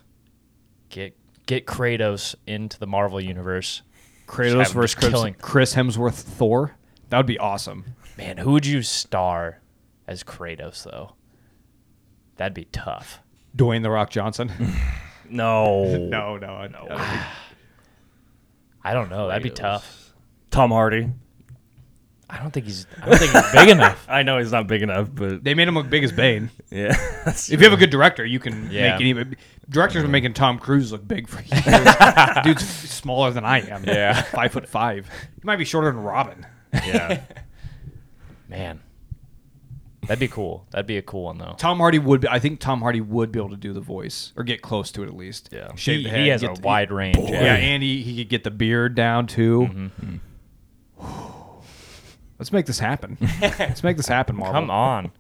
[SPEAKER 3] Get get Kratos into the Marvel universe. Just have
[SPEAKER 1] Kratos versus
[SPEAKER 3] him just
[SPEAKER 1] Chris,
[SPEAKER 3] killing-
[SPEAKER 1] Chris Hemsworth Thor. That would be awesome.
[SPEAKER 3] Man, who would you star as Kratos though? That'd be tough.
[SPEAKER 1] Dwayne the Rock Johnson.
[SPEAKER 4] No.
[SPEAKER 1] no, no, I- I don't think-
[SPEAKER 3] I don't know. That'd be
[SPEAKER 4] Kratos.
[SPEAKER 3] tough.
[SPEAKER 4] Tom Hardy.
[SPEAKER 3] I don't think he's. I don't think he's big enough.
[SPEAKER 4] I know he's not big enough, but
[SPEAKER 1] They made him look big as Bane.
[SPEAKER 4] yeah. that's
[SPEAKER 1] If you have a good director, you can
[SPEAKER 3] Yeah.
[SPEAKER 1] make it even. Directors are making Tom Cruise look big for you. Dude's smaller than I am.
[SPEAKER 3] Yeah.
[SPEAKER 1] five foot five. He might be shorter than Robin.
[SPEAKER 4] true. yeah.
[SPEAKER 3] Man, that'd be cool. That'd be a cool one though.
[SPEAKER 1] Tom Hardy would. Be, I think Tom Hardy would be able to do the voice or get close to it at least.
[SPEAKER 4] Yeah.
[SPEAKER 1] shave
[SPEAKER 3] he,
[SPEAKER 1] the
[SPEAKER 3] he
[SPEAKER 1] head.
[SPEAKER 3] has a
[SPEAKER 1] get the-
[SPEAKER 3] wide range.
[SPEAKER 1] Yeah, and he, he could get the beard down too. Let's make this happen. Let's make this happen, Marvel.
[SPEAKER 3] Come on.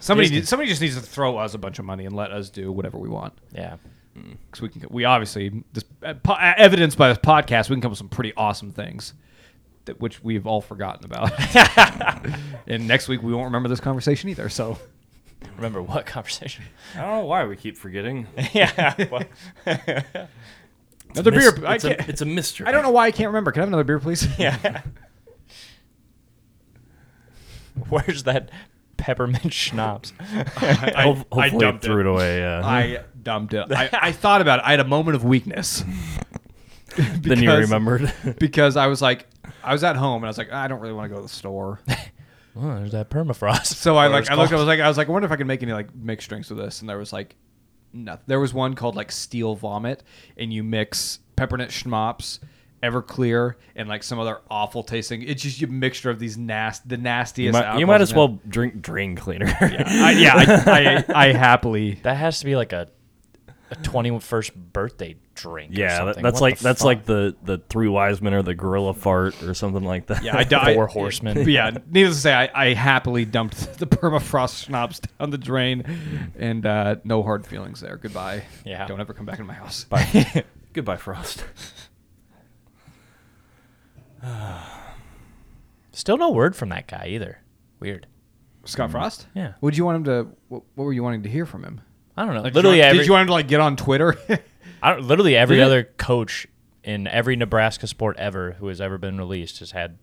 [SPEAKER 1] Somebody,
[SPEAKER 3] Disney.
[SPEAKER 1] needs, somebody just needs to throw us a bunch of money and let us do whatever we want.
[SPEAKER 3] Yeah.
[SPEAKER 1] Because we can, we obviously, this, uh, po- uh, evidenced by this podcast, we can come up with some pretty awesome things, that, which we've all forgotten about. and next week we won't remember this conversation either. So
[SPEAKER 3] Remember what conversation?
[SPEAKER 4] I don't know why we keep forgetting.
[SPEAKER 3] yeah.
[SPEAKER 1] another
[SPEAKER 4] Mys-
[SPEAKER 1] beer. I,
[SPEAKER 4] it's, a,
[SPEAKER 1] can't-
[SPEAKER 4] it's a mystery.
[SPEAKER 1] I don't know why I can't remember. Can I have another beer, please?
[SPEAKER 3] yeah. Where's that peppermint schnapps?
[SPEAKER 1] I,
[SPEAKER 4] Ho- hopefully
[SPEAKER 1] I
[SPEAKER 4] it
[SPEAKER 1] dumped
[SPEAKER 4] threw it away. Yeah.
[SPEAKER 1] I dumped it. I, I thought about it. I had a moment of weakness.
[SPEAKER 4] then you
[SPEAKER 1] Because-
[SPEAKER 4] remembered.
[SPEAKER 1] because I was like, I was at home and I was like, I don't really want to go to the store.
[SPEAKER 3] Oh, there's that permafrost.
[SPEAKER 1] So I
[SPEAKER 3] Or
[SPEAKER 1] like
[SPEAKER 3] it's
[SPEAKER 1] I looked. I
[SPEAKER 3] called-
[SPEAKER 1] was like I was like I wonder if I can make any like mixed drinks with this. And there was like, nothing. There was one called like steel vomit, and you mix peppermint schnapps, Everclear, and like some other awful tasting. It's just a mixture of these nast the
[SPEAKER 4] You
[SPEAKER 1] nastiest.
[SPEAKER 4] might, you
[SPEAKER 1] alcohols
[SPEAKER 4] might as
[SPEAKER 1] in there.
[SPEAKER 4] well drink drain cleaner.
[SPEAKER 1] I, yeah, I, I, I happily.
[SPEAKER 3] that has to be like a a 21st birthday drink. or
[SPEAKER 4] Yeah, that,
[SPEAKER 3] something. What
[SPEAKER 4] that's like
[SPEAKER 3] the
[SPEAKER 4] that's
[SPEAKER 3] fuck?
[SPEAKER 4] like the the three wise men or the gorilla fart or something like that.
[SPEAKER 1] Yeah, I, d- I-
[SPEAKER 3] Four horsemen.
[SPEAKER 1] Yeah, needless to say, I, I happily dumped the permafrost schnapps down the drain, and uh, no hard feelings there. Goodbye.
[SPEAKER 3] Yeah.
[SPEAKER 1] don't ever come back in my house.
[SPEAKER 4] Bye. Goodbye, Frost.
[SPEAKER 3] Still no word from that guy either. Weird.
[SPEAKER 1] Scott Frost?
[SPEAKER 3] Mm. Yeah.
[SPEAKER 1] Would you want him to? What, what were you wanting to hear from him?
[SPEAKER 3] I don't know.
[SPEAKER 1] Like, did you
[SPEAKER 3] literally
[SPEAKER 1] want-
[SPEAKER 3] every
[SPEAKER 1] Did you want him to like get on Twitter?
[SPEAKER 3] I don't, literally every
[SPEAKER 4] Did it?
[SPEAKER 3] other coach in every Nebraska sport ever who has ever been released has had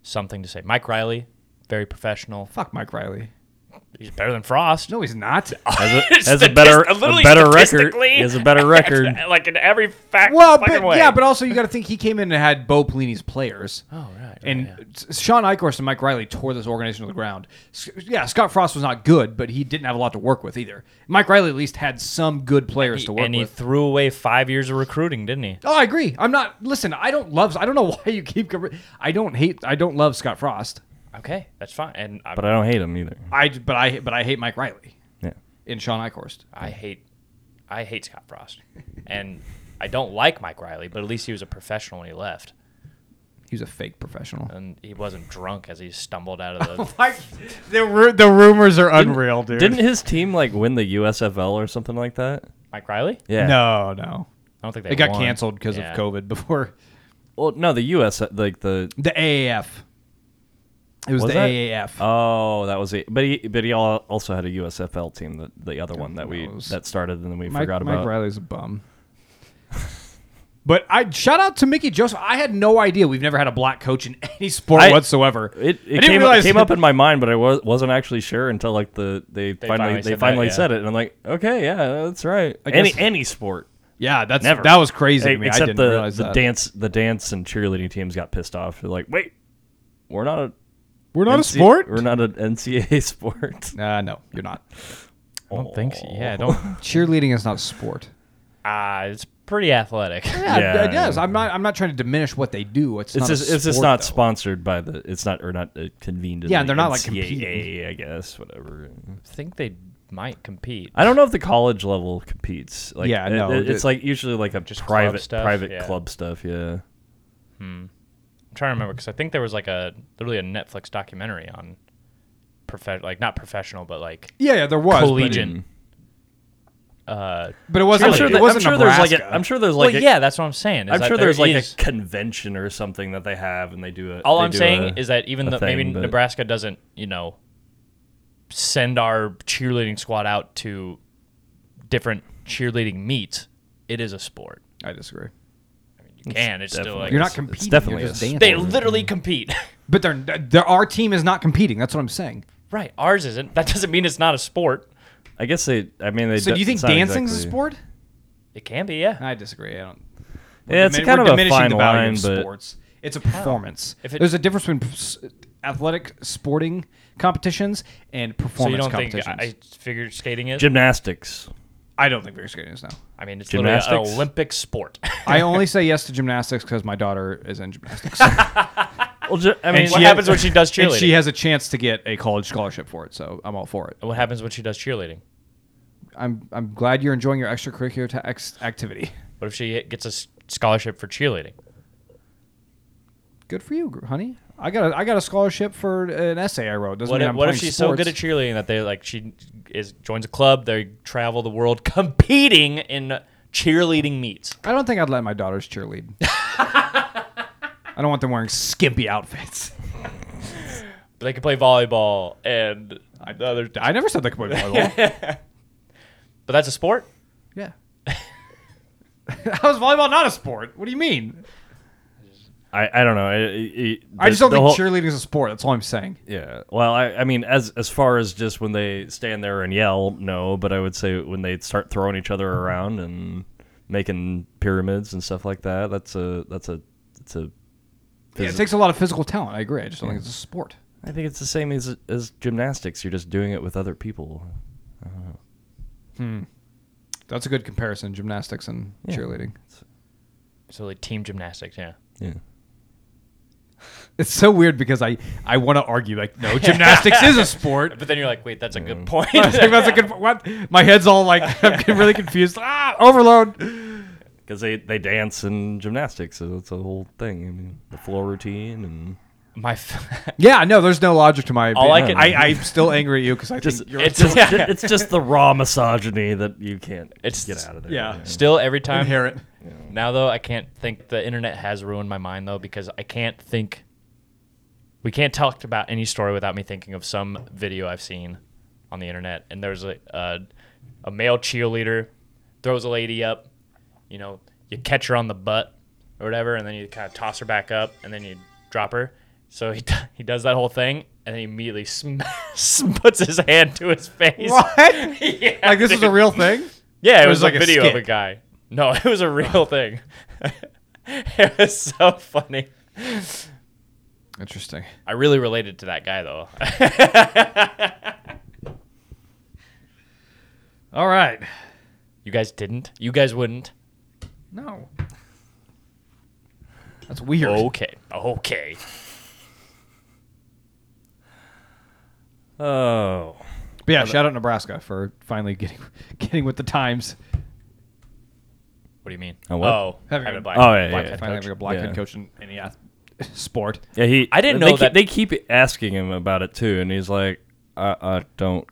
[SPEAKER 3] something to say. Mike Riley, very professional.
[SPEAKER 1] Fuck Mike Riley. Oh,
[SPEAKER 3] He's better than Frost.
[SPEAKER 1] No, he's not.
[SPEAKER 4] Has a, has a better,
[SPEAKER 3] Statist-
[SPEAKER 4] a
[SPEAKER 3] literally
[SPEAKER 4] better record.
[SPEAKER 3] statistically,
[SPEAKER 4] He has a better record.
[SPEAKER 3] like in every fact.
[SPEAKER 1] well,
[SPEAKER 3] fucking
[SPEAKER 1] but,
[SPEAKER 3] way.
[SPEAKER 1] yeah, but also you got to think he came in and had Bo Pelini's players.
[SPEAKER 3] oh right.
[SPEAKER 1] And
[SPEAKER 3] right, yeah.
[SPEAKER 1] S- Sean Eichhorst and Mike Riley tore this organization to the ground. S- Yeah, Scott Frost was not good, but he didn't have a lot to work with either. Mike Riley at least had some good players to work
[SPEAKER 3] and he
[SPEAKER 1] with.
[SPEAKER 3] threw away five years of recruiting, didn't he?
[SPEAKER 1] Oh, I agree. I'm not. Listen, I don't love. I don't know why you keep. compar- I don't hate. I don't love Scott Frost.
[SPEAKER 3] Okay, that's fine. And I,
[SPEAKER 4] But uh, I don't hate him either.
[SPEAKER 1] I but I but I hate Mike Riley
[SPEAKER 4] Yeah.
[SPEAKER 1] and Sean Eichhorst.
[SPEAKER 3] I hate, I hate Scott Frost, and I don't like Mike Riley. But at least he was a professional when he left,
[SPEAKER 1] He was a fake professional.
[SPEAKER 3] and he wasn't drunk as he stumbled out of the
[SPEAKER 1] Like the ru- the rumors are unreal, dude.
[SPEAKER 4] Didn't his team like win the USFL or something like that?
[SPEAKER 3] Mike Riley.
[SPEAKER 4] Yeah.
[SPEAKER 1] No, no.
[SPEAKER 3] I don't think they.
[SPEAKER 1] It got
[SPEAKER 3] won.
[SPEAKER 1] canceled because
[SPEAKER 3] Yeah.
[SPEAKER 1] of COVID before
[SPEAKER 4] Well, no, the US like the
[SPEAKER 1] the AAF. It was,
[SPEAKER 4] Was
[SPEAKER 1] the
[SPEAKER 4] that-
[SPEAKER 1] AAF.
[SPEAKER 4] Oh, that was it. But he but he al- also had a USFL team, the, the other one that we
[SPEAKER 1] knows?
[SPEAKER 4] that started and then we
[SPEAKER 1] Mike,
[SPEAKER 4] forgot
[SPEAKER 1] Mike
[SPEAKER 4] about.
[SPEAKER 1] Riley's a bum. but I shout out to Mickey Joseph. I had no idea we've never had a black coach in any sport
[SPEAKER 4] I-
[SPEAKER 1] whatsoever.
[SPEAKER 4] It,
[SPEAKER 1] I
[SPEAKER 4] it
[SPEAKER 1] didn't
[SPEAKER 4] came, up,
[SPEAKER 1] realize-
[SPEAKER 4] came up in my mind, but I was, wasn't actually sure until like the they, finally,
[SPEAKER 3] finally
[SPEAKER 4] they
[SPEAKER 3] said that,
[SPEAKER 4] finally
[SPEAKER 3] yeah.
[SPEAKER 4] said it, and I'm like, okay, yeah, that's right. Any
[SPEAKER 1] guess-
[SPEAKER 4] any sport,
[SPEAKER 1] Yeah, that's
[SPEAKER 4] Never.
[SPEAKER 1] that was crazy. to
[SPEAKER 4] Hey,
[SPEAKER 1] me. I
[SPEAKER 4] except
[SPEAKER 1] didn't
[SPEAKER 4] the
[SPEAKER 1] realize
[SPEAKER 4] the
[SPEAKER 1] that.
[SPEAKER 4] dance the dance and cheerleading teams got pissed off. They're like, wait, we're not a
[SPEAKER 1] We're not a
[SPEAKER 4] NC
[SPEAKER 1] sport.
[SPEAKER 4] We're not an NCAA sport.
[SPEAKER 1] Uh, no, you're not.
[SPEAKER 3] I don't think so. Yeah, I don't.
[SPEAKER 1] Cheerleading is not a sport.
[SPEAKER 3] Ah, it's pretty athletic.
[SPEAKER 1] Yeah,
[SPEAKER 4] Yeah,
[SPEAKER 1] it does.
[SPEAKER 4] yeah.
[SPEAKER 1] I'm not. I'm not trying to diminish what they do. It's,
[SPEAKER 4] It's
[SPEAKER 1] not. a
[SPEAKER 4] just, it's just
[SPEAKER 1] sport,
[SPEAKER 4] not
[SPEAKER 1] though.
[SPEAKER 4] sponsored by the. It's not or not uh, convened. in
[SPEAKER 1] Yeah,
[SPEAKER 4] the
[SPEAKER 1] they're not, like,
[SPEAKER 4] NCAA, I guess whatever.
[SPEAKER 3] I think they might compete.
[SPEAKER 4] I don't know if the college level competes. Like,
[SPEAKER 1] Yeah,
[SPEAKER 4] it-
[SPEAKER 1] no,
[SPEAKER 4] it- it's
[SPEAKER 1] the-
[SPEAKER 4] like usually like a
[SPEAKER 3] Just
[SPEAKER 4] just
[SPEAKER 3] club
[SPEAKER 4] private
[SPEAKER 3] stuff,
[SPEAKER 4] private
[SPEAKER 3] yeah.
[SPEAKER 4] club stuff. Yeah,
[SPEAKER 3] I'm trying to remember because I think there was like a literally a Netflix documentary on, prof- like not professional, but like
[SPEAKER 1] Yeah, yeah, there was.
[SPEAKER 3] collegiate.
[SPEAKER 4] Mm.
[SPEAKER 3] Uh,
[SPEAKER 1] But, but it wasn't.
[SPEAKER 4] I'm sure,
[SPEAKER 1] it
[SPEAKER 4] that- I'm
[SPEAKER 1] wasn't
[SPEAKER 4] sure there's like
[SPEAKER 1] Nebraska.
[SPEAKER 4] a, I'm sure there's like
[SPEAKER 3] well,
[SPEAKER 4] a,
[SPEAKER 3] yeah, that's what I'm saying. is
[SPEAKER 4] I'm
[SPEAKER 3] that
[SPEAKER 4] sure
[SPEAKER 3] there
[SPEAKER 4] there's like
[SPEAKER 3] is-
[SPEAKER 4] a convention or something that they have and they do it.
[SPEAKER 3] All I'm saying is that even though maybe
[SPEAKER 4] but,
[SPEAKER 3] Nebraska doesn't, you know, send our cheerleading squad out to different cheerleading meets, it is a sport.
[SPEAKER 1] I disagree.
[SPEAKER 3] You can. It's still
[SPEAKER 4] definitely-
[SPEAKER 3] like
[SPEAKER 1] You're not
[SPEAKER 4] It's- it's
[SPEAKER 1] competing.
[SPEAKER 4] definitely
[SPEAKER 1] you're
[SPEAKER 4] a
[SPEAKER 1] just
[SPEAKER 4] sport.
[SPEAKER 3] they
[SPEAKER 1] dancing.
[SPEAKER 3] literally compete.
[SPEAKER 1] but they're, they're our team is not competing. That's what I'm saying.
[SPEAKER 3] right. Ours isn't. That doesn't mean it's not a sport.
[SPEAKER 4] I guess they. I mean, they.
[SPEAKER 1] So do you think
[SPEAKER 4] it's not
[SPEAKER 1] dancing's
[SPEAKER 4] exactly-
[SPEAKER 1] a sport?
[SPEAKER 3] It can be, yeah.
[SPEAKER 1] I disagree. I don't.
[SPEAKER 4] Yeah, it's
[SPEAKER 1] Dimin-
[SPEAKER 4] kind
[SPEAKER 1] we're
[SPEAKER 4] of a
[SPEAKER 1] diminishing
[SPEAKER 4] fine
[SPEAKER 1] the value
[SPEAKER 4] line,
[SPEAKER 1] of
[SPEAKER 4] but
[SPEAKER 1] sports. It's a performance.
[SPEAKER 3] If it-
[SPEAKER 1] There's a difference between s- athletic sporting competitions and
[SPEAKER 3] So you
[SPEAKER 1] performance
[SPEAKER 3] don't think
[SPEAKER 1] competitions.
[SPEAKER 3] I figure skating is?
[SPEAKER 4] gymnastics.
[SPEAKER 1] I don't think figure skating is now.
[SPEAKER 3] I mean, it's literally an
[SPEAKER 4] Gymnastics?
[SPEAKER 3] Olympic sport.
[SPEAKER 1] I only say yes to gymnastics because my daughter is in gymnastics.
[SPEAKER 4] Well, ju- I mean,
[SPEAKER 3] what
[SPEAKER 1] she had-
[SPEAKER 3] happens when she does
[SPEAKER 1] and
[SPEAKER 3] cheerleading?
[SPEAKER 1] she has a chance to get a college scholarship for it, so I'm all for it.
[SPEAKER 3] what happens when she does cheerleading?
[SPEAKER 1] I'm I'm glad you're enjoying your extracurricular ta- ex- activity.
[SPEAKER 3] What if she gets a s- scholarship for cheerleading?
[SPEAKER 1] Good for you, gr- honey. I got a, I got a scholarship for an essay I wrote. Doesn't
[SPEAKER 3] What
[SPEAKER 1] mean
[SPEAKER 3] if,
[SPEAKER 1] I'm
[SPEAKER 3] what if
[SPEAKER 1] playing
[SPEAKER 3] she's so
[SPEAKER 1] sports.
[SPEAKER 3] good at cheerleading that they like she is joins a club, they travel the world competing in cheerleading meets.
[SPEAKER 1] I don't think I'd let my daughters cheerlead. I don't want them wearing skimpy outfits.
[SPEAKER 3] They can play volleyball and
[SPEAKER 1] I, I never said they could play volleyball.
[SPEAKER 3] but that's a sport?
[SPEAKER 1] yeah. How is volleyball not a sport? What do you mean?
[SPEAKER 4] I, I don't know. I, I-
[SPEAKER 1] I just don't
[SPEAKER 4] the- the
[SPEAKER 1] think
[SPEAKER 4] whole-
[SPEAKER 1] cheerleading is a sport. That's all I'm saying.
[SPEAKER 4] Yeah. Well, I, I mean, as as far as just when they stand there and yell, no. But I would say when they start throwing each other around and making pyramids and stuff like that, that's a that's a it's a.
[SPEAKER 1] Yeah, it takes a lot of physical talent. I agree. I just don't think it's a sport.
[SPEAKER 4] I think it's the same as as gymnastics. You're just doing it with other people.
[SPEAKER 1] That's a good comparison: gymnastics and
[SPEAKER 4] Yeah.
[SPEAKER 1] cheerleading.
[SPEAKER 3] So like team gymnastics, yeah.
[SPEAKER 4] Yeah.
[SPEAKER 1] It's so weird because I I want to argue like no, gymnastics is a sport.
[SPEAKER 3] But then you're like, wait, that's a good point.
[SPEAKER 1] Mm. I think that's a good. What? My head's all like I'm getting really confused. Ah, overload.
[SPEAKER 4] Because they, they dance in gymnastics, so it's a whole thing. I mean, the floor routine and
[SPEAKER 3] My f-
[SPEAKER 1] Yeah, no, there's no logic to my.
[SPEAKER 3] All I
[SPEAKER 1] opinion.
[SPEAKER 3] can-
[SPEAKER 1] I, I'm still angry at you because I
[SPEAKER 4] just
[SPEAKER 1] think you're.
[SPEAKER 4] it's
[SPEAKER 3] it's-
[SPEAKER 4] just, it's just the raw misogyny that you can't
[SPEAKER 3] It's-
[SPEAKER 4] get out of there.
[SPEAKER 1] yeah.
[SPEAKER 3] still every time
[SPEAKER 1] Inherent.
[SPEAKER 3] Now though, I can't think. The internet has ruined my mind though because I can't think we can't talk about any story without me thinking of some video I've seen on the internet. And there's a a, a male cheerleader throws a lady up, you know, you catch her on the butt or whatever, and then you kind of toss her back up, and then you drop her. So he, he does that whole thing, and then he immediately sm- puts his hand to his face.
[SPEAKER 1] What?
[SPEAKER 3] Yeah,
[SPEAKER 1] like this is a
[SPEAKER 3] dude.
[SPEAKER 1] real thing?
[SPEAKER 3] Yeah, it
[SPEAKER 1] was
[SPEAKER 3] was,
[SPEAKER 1] like
[SPEAKER 3] a
[SPEAKER 1] a
[SPEAKER 3] video of a
[SPEAKER 1] skit.
[SPEAKER 3] guy. No, it was a real thing. it was so funny.
[SPEAKER 1] Interesting.
[SPEAKER 3] I really related to that guy though.
[SPEAKER 1] All right.
[SPEAKER 3] you guys didn't. You guys wouldn't.
[SPEAKER 1] No. That's weird.
[SPEAKER 3] Okay. Okay.
[SPEAKER 4] Oh.
[SPEAKER 1] But yeah, shout out Nebraska for finally getting getting with the times.
[SPEAKER 3] What do you mean?
[SPEAKER 4] A what?
[SPEAKER 3] Oh,
[SPEAKER 1] Having
[SPEAKER 3] having
[SPEAKER 1] a-
[SPEAKER 3] a black,
[SPEAKER 4] Oh, yeah,
[SPEAKER 3] black
[SPEAKER 4] yeah,
[SPEAKER 3] head
[SPEAKER 1] Finally
[SPEAKER 3] coach.
[SPEAKER 1] having a black
[SPEAKER 4] Yeah.
[SPEAKER 1] head coach in any ath- sport.
[SPEAKER 4] Yeah, he.
[SPEAKER 3] I didn't
[SPEAKER 4] they
[SPEAKER 3] know
[SPEAKER 4] keep,
[SPEAKER 3] that-
[SPEAKER 4] they keep asking him about it too, and he's like, "I, I don't,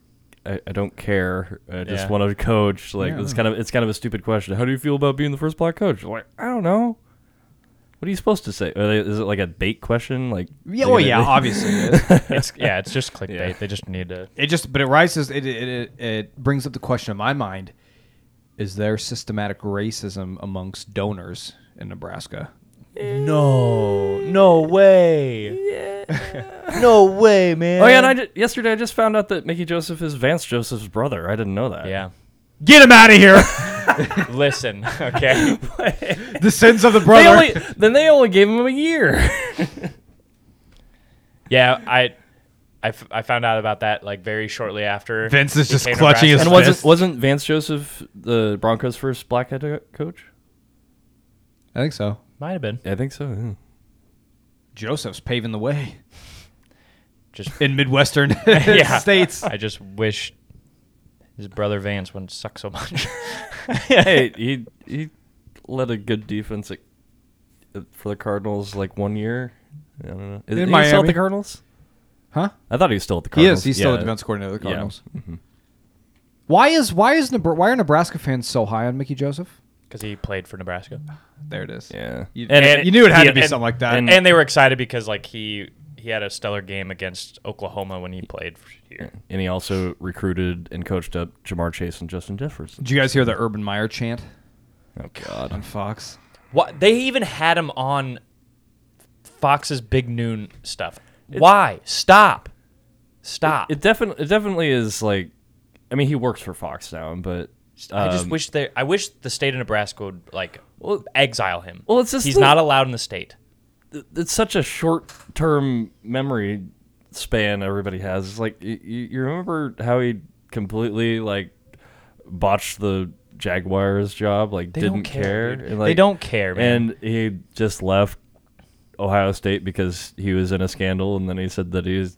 [SPEAKER 4] I, I don't care. I just
[SPEAKER 3] Yeah.
[SPEAKER 4] want to coach." Like
[SPEAKER 1] Yeah.
[SPEAKER 4] it's kind of it's kind of a stupid question. How do you feel about being the first black coach? Like I don't know. What are you supposed to say? Are they, is it like a bait question? Like
[SPEAKER 1] Yeah,
[SPEAKER 4] they
[SPEAKER 1] well,
[SPEAKER 4] gonna-
[SPEAKER 1] yeah, obviously. It, is.
[SPEAKER 3] It's, yeah, it's just clickbait.
[SPEAKER 4] Yeah.
[SPEAKER 3] They just need to.
[SPEAKER 1] It just, but it rises. It, it it it brings up the question in my mind: Is there systematic racism amongst donors in Nebraska?
[SPEAKER 3] No, no way. no way, man.
[SPEAKER 4] Oh yeah, and I ju- yesterday I just found out that Mickey Joseph is Vance Joseph's brother. I didn't know that.
[SPEAKER 3] Yeah.
[SPEAKER 1] Get him out of here!
[SPEAKER 3] Listen. Okay.
[SPEAKER 1] the sins of the
[SPEAKER 4] They
[SPEAKER 1] brother.
[SPEAKER 4] only, then they only gave him a year.
[SPEAKER 3] Yeah, I, I, f- I found out about that like very shortly after.
[SPEAKER 1] Vince is
[SPEAKER 3] he
[SPEAKER 1] just
[SPEAKER 3] came to
[SPEAKER 1] clutching his
[SPEAKER 3] Nebraska.
[SPEAKER 4] and
[SPEAKER 1] fist.
[SPEAKER 4] wasn't wasn't Vance Joseph the Broncos' first black head co- coach?
[SPEAKER 1] I think so.
[SPEAKER 3] Might have been
[SPEAKER 4] I think so. yeah.
[SPEAKER 1] Joseph's paving the way
[SPEAKER 3] just.
[SPEAKER 1] in midwestern
[SPEAKER 3] Yeah.
[SPEAKER 1] states.
[SPEAKER 3] I just wish his brother Vance wouldn't suck so much.
[SPEAKER 4] hey, he he led a good defense at, at- for the Cardinals like one year. I don't know.
[SPEAKER 1] In
[SPEAKER 4] Is, he still at
[SPEAKER 1] Miami.
[SPEAKER 4] the Cardinals?
[SPEAKER 1] Huh?
[SPEAKER 4] I thought he was still at the
[SPEAKER 1] He
[SPEAKER 4] Cardinals.
[SPEAKER 1] is. He's still
[SPEAKER 4] Yeah.
[SPEAKER 1] the defense coordinator of the
[SPEAKER 4] Yeah. Mm-hmm.
[SPEAKER 1] Cardinals. Why is why is Nebra- why are Nebraska fans so high on Mickey Joseph?
[SPEAKER 3] because he played for Nebraska.
[SPEAKER 1] There it is.
[SPEAKER 4] Yeah.
[SPEAKER 1] You,
[SPEAKER 4] And-
[SPEAKER 1] you knew it had
[SPEAKER 3] yeah,
[SPEAKER 1] to be
[SPEAKER 3] and-
[SPEAKER 1] something like that.
[SPEAKER 3] And, they were excited because like he he had a stellar game against Oklahoma when he played for here.
[SPEAKER 4] And he also recruited and coached up Jamar Chase and Justin Jefferson.
[SPEAKER 1] Did you guys hear the Urban Meyer chant
[SPEAKER 4] Oh God.
[SPEAKER 1] on Fox?
[SPEAKER 3] What they even had him on Fox's Big Noon stuff. Why? Stop. Stop.
[SPEAKER 4] It definitely it definitely is like, I mean, he works for Fox now, but
[SPEAKER 3] I just
[SPEAKER 4] um,
[SPEAKER 3] wish they I wish the state of Nebraska would like
[SPEAKER 4] Well-
[SPEAKER 3] exile him.
[SPEAKER 4] well, it's just
[SPEAKER 3] he's
[SPEAKER 4] the-
[SPEAKER 3] not allowed in the state.
[SPEAKER 4] th- it's such a short term memory span everybody has. It's like you, you remember how he completely like botched the Jaguars job, like
[SPEAKER 3] They don't
[SPEAKER 4] didn't
[SPEAKER 3] care. dude.
[SPEAKER 4] and,
[SPEAKER 3] they
[SPEAKER 4] like-
[SPEAKER 3] don't care, man.
[SPEAKER 4] and he just left Ohio State because he was in a scandal, and then he said that he was,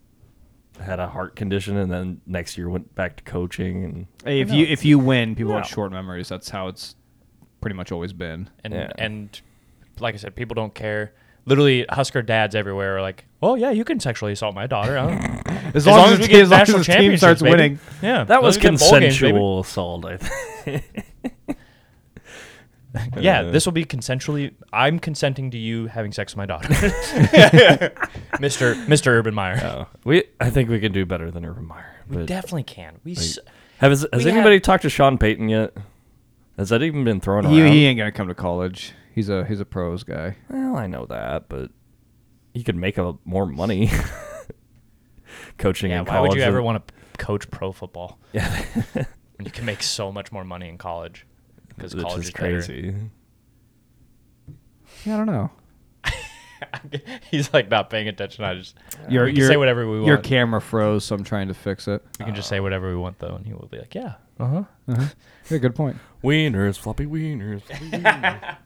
[SPEAKER 4] had a heart condition, and then next year went back to coaching. And
[SPEAKER 1] Hey, if you if you win, people
[SPEAKER 4] No.
[SPEAKER 1] have short memories. That's how it's pretty much always been.
[SPEAKER 3] and
[SPEAKER 4] Yeah.
[SPEAKER 3] and like I said, people don't care. Literally, Husker dads everywhere are like, "Oh yeah, you can sexually assault my daughter." I don't-
[SPEAKER 1] As, long, as,
[SPEAKER 3] we
[SPEAKER 1] the-
[SPEAKER 3] get
[SPEAKER 1] as long as
[SPEAKER 3] national
[SPEAKER 1] the team
[SPEAKER 3] championships,
[SPEAKER 1] starts
[SPEAKER 3] baby.
[SPEAKER 1] winning,
[SPEAKER 3] Yeah,
[SPEAKER 4] that
[SPEAKER 3] as
[SPEAKER 4] was
[SPEAKER 3] long as we get bowl games, baby.
[SPEAKER 4] consensual assault, I think.
[SPEAKER 3] yeah, this will be consensually. I'm consenting to you having sex with my daughter, Mister Mister Urban Meyer.
[SPEAKER 4] Oh, we, I think we can do better than Urban Meyer.
[SPEAKER 3] we
[SPEAKER 4] but-
[SPEAKER 3] definitely can. We s
[SPEAKER 4] Have has, has
[SPEAKER 3] We have-
[SPEAKER 4] anybody talked to Sean Payton yet? Has that even been thrown
[SPEAKER 1] he,
[SPEAKER 4] around?
[SPEAKER 1] he ain't gonna come to college. He's a he's a pros guy.
[SPEAKER 4] Well, I know that, but he could make a, more money coaching
[SPEAKER 3] yeah.
[SPEAKER 4] in
[SPEAKER 3] Why
[SPEAKER 4] college.
[SPEAKER 3] would you ever
[SPEAKER 4] than-
[SPEAKER 3] want to coach pro football
[SPEAKER 4] Yeah,
[SPEAKER 3] when you can make so much more money in college? Because
[SPEAKER 4] which
[SPEAKER 3] college
[SPEAKER 4] is
[SPEAKER 3] is better.
[SPEAKER 4] crazy.
[SPEAKER 1] Yeah, I don't know.
[SPEAKER 3] He's like not paying attention. I just
[SPEAKER 1] Your-
[SPEAKER 3] we
[SPEAKER 1] your-
[SPEAKER 3] can say whatever we want.
[SPEAKER 1] Your camera froze, so I'm trying to fix it.
[SPEAKER 3] we can just
[SPEAKER 4] Oh.
[SPEAKER 3] say whatever we want though, and he will be like, "Yeah, uh huh."
[SPEAKER 1] Uh-huh. Yeah, good point.
[SPEAKER 4] Wieners, floppy wieners. floppy wieners.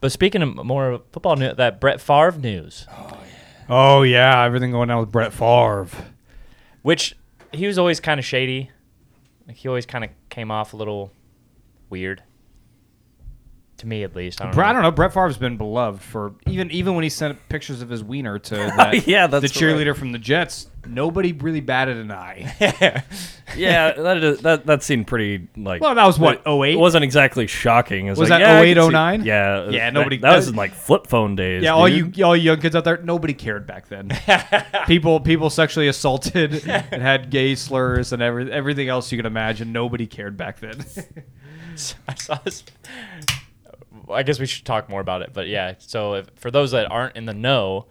[SPEAKER 3] But speaking of more football news, that Brett Favre news,
[SPEAKER 1] Oh yeah, everything going on with Brett Favre.
[SPEAKER 3] which he was always kind of shady. Like he always kind of came off a little weird to to me at least. I don't
[SPEAKER 1] Bre- I
[SPEAKER 3] know.
[SPEAKER 1] don't know. Brett Favre's been beloved for even even when he sent pictures of his wiener to that,
[SPEAKER 4] Yeah, that's
[SPEAKER 1] the
[SPEAKER 4] right.
[SPEAKER 1] cheerleader from the Jets. Nobody really batted an eye.
[SPEAKER 4] yeah, that, is, that that seemed pretty like.
[SPEAKER 1] Well, that was, what,
[SPEAKER 4] it-
[SPEAKER 1] 08?
[SPEAKER 4] It wasn't exactly shocking. It was
[SPEAKER 1] Was
[SPEAKER 4] like,
[SPEAKER 1] that
[SPEAKER 4] yeah, I
[SPEAKER 1] 08,
[SPEAKER 4] can see-
[SPEAKER 1] 09?
[SPEAKER 4] Yeah,
[SPEAKER 1] Yeah,
[SPEAKER 4] that-
[SPEAKER 1] nobody-
[SPEAKER 4] That, was in like flip phone days.
[SPEAKER 1] yeah, all
[SPEAKER 4] dude.
[SPEAKER 1] you all you young kids out there, nobody cared back then. people people sexually assaulted and had gay slurs and every, everything else you could imagine. Nobody cared back then.
[SPEAKER 3] I saw this. I guess we should talk more about it, but yeah. So if, for those that aren't in the know,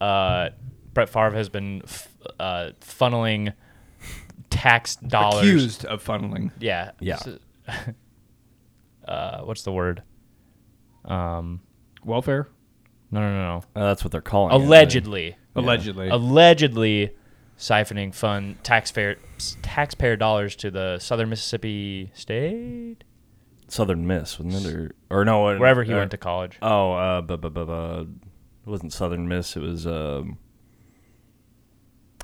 [SPEAKER 3] uh, Brett Favre has been f- uh, funneling tax dollars.
[SPEAKER 1] Accused of funneling.
[SPEAKER 3] Yeah.
[SPEAKER 4] Yeah.
[SPEAKER 3] S- Uh, what's the word? Um,
[SPEAKER 1] Welfare?
[SPEAKER 3] no, no, no, no.
[SPEAKER 4] Uh, that's what they're calling it, uh, I think.
[SPEAKER 3] Allegedly,
[SPEAKER 1] Allegedly.
[SPEAKER 3] allegedly siphoning fund taxpayer s- taxpayer dollars to the Southern Mississippi State,
[SPEAKER 4] Southern Miss, wasn't it? Or, or no, uh,
[SPEAKER 3] wherever he
[SPEAKER 4] uh,
[SPEAKER 3] went to college.
[SPEAKER 4] Oh, uh, bu- bu- bu- bu- it wasn't Southern Miss. It was um,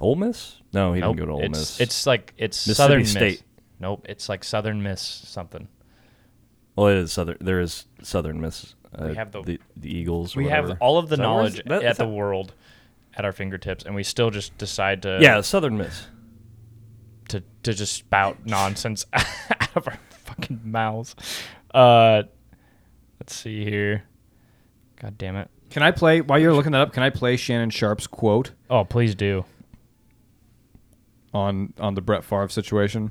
[SPEAKER 4] Ole Miss. No, he
[SPEAKER 3] Nope.
[SPEAKER 4] didn't go to Ole
[SPEAKER 3] it's,
[SPEAKER 4] Miss.
[SPEAKER 3] It's like it's
[SPEAKER 4] Mississippi
[SPEAKER 3] Southern Miss.
[SPEAKER 4] State.
[SPEAKER 3] Nope, it's like Southern Miss something.
[SPEAKER 4] well, it is Southern. There is Southern Miss. Uh,
[SPEAKER 3] We have the-
[SPEAKER 4] the, the Eagles. or
[SPEAKER 3] We have
[SPEAKER 4] whatever.
[SPEAKER 3] all of the
[SPEAKER 4] Is that where it's-
[SPEAKER 3] knowledge
[SPEAKER 4] that-
[SPEAKER 3] at
[SPEAKER 4] is
[SPEAKER 3] the
[SPEAKER 4] that-
[SPEAKER 3] world at our fingertips, and we still just decide to
[SPEAKER 4] Yeah, Southern Miss.
[SPEAKER 3] to, to just spout nonsense out of our fucking mouths. Uh, let's see here. God damn it!
[SPEAKER 1] Can I play while you're looking that up, can I play Shannon Sharp's quote
[SPEAKER 3] Oh, please do.
[SPEAKER 1] on on the Brett Favre situation?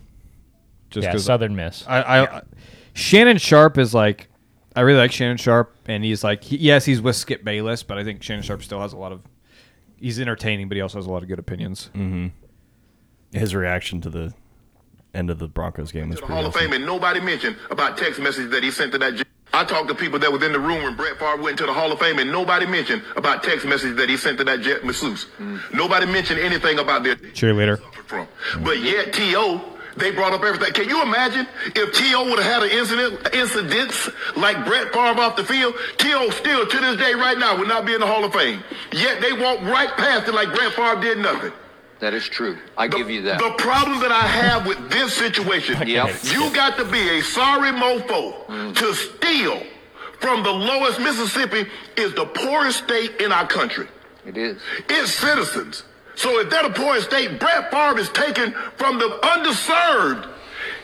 [SPEAKER 1] Just
[SPEAKER 3] Yeah,
[SPEAKER 1] 'cause
[SPEAKER 3] Southern Miss.
[SPEAKER 1] I, I Shannon Sharp is like, I really like Shannon Sharp, and he's like, he, yes, he's with Skip Bayless, but I think Shannon Sharp still has a lot of, he's entertaining, but he also has a lot of good opinions.
[SPEAKER 4] His reaction to the end of the Broncos game was
[SPEAKER 2] to the
[SPEAKER 4] pretty
[SPEAKER 2] Hall of
[SPEAKER 4] awesome.
[SPEAKER 2] Fame, and nobody mentioned about text messages that he sent to that. j- I talked to people that was in the room when Brett Favre went to the Hall of Fame, and nobody mentioned about text messages that he sent to that Jet masseuse.
[SPEAKER 4] Mm.
[SPEAKER 2] Nobody mentioned anything about their
[SPEAKER 1] Cheerleader.
[SPEAKER 2] suffered from. But yet, T.O., they brought up everything. Can you imagine if T.O. would have had an incident, incidents like Brett Favre off the field? T.O. still, to this day, right now, would not be in the Hall of Fame. Yet they walked right past it like Brett Favre did nothing.
[SPEAKER 5] That is true. I give you that.
[SPEAKER 2] The problem that I have with this situation,
[SPEAKER 5] Yep. Mm.
[SPEAKER 2] you got to be a sorry mofo to steal from the lowest Mississippi is the poorest state in our country.
[SPEAKER 5] It is.
[SPEAKER 2] Its citizens. So if they're the poorest state, Brett Favre is taken from the underserved.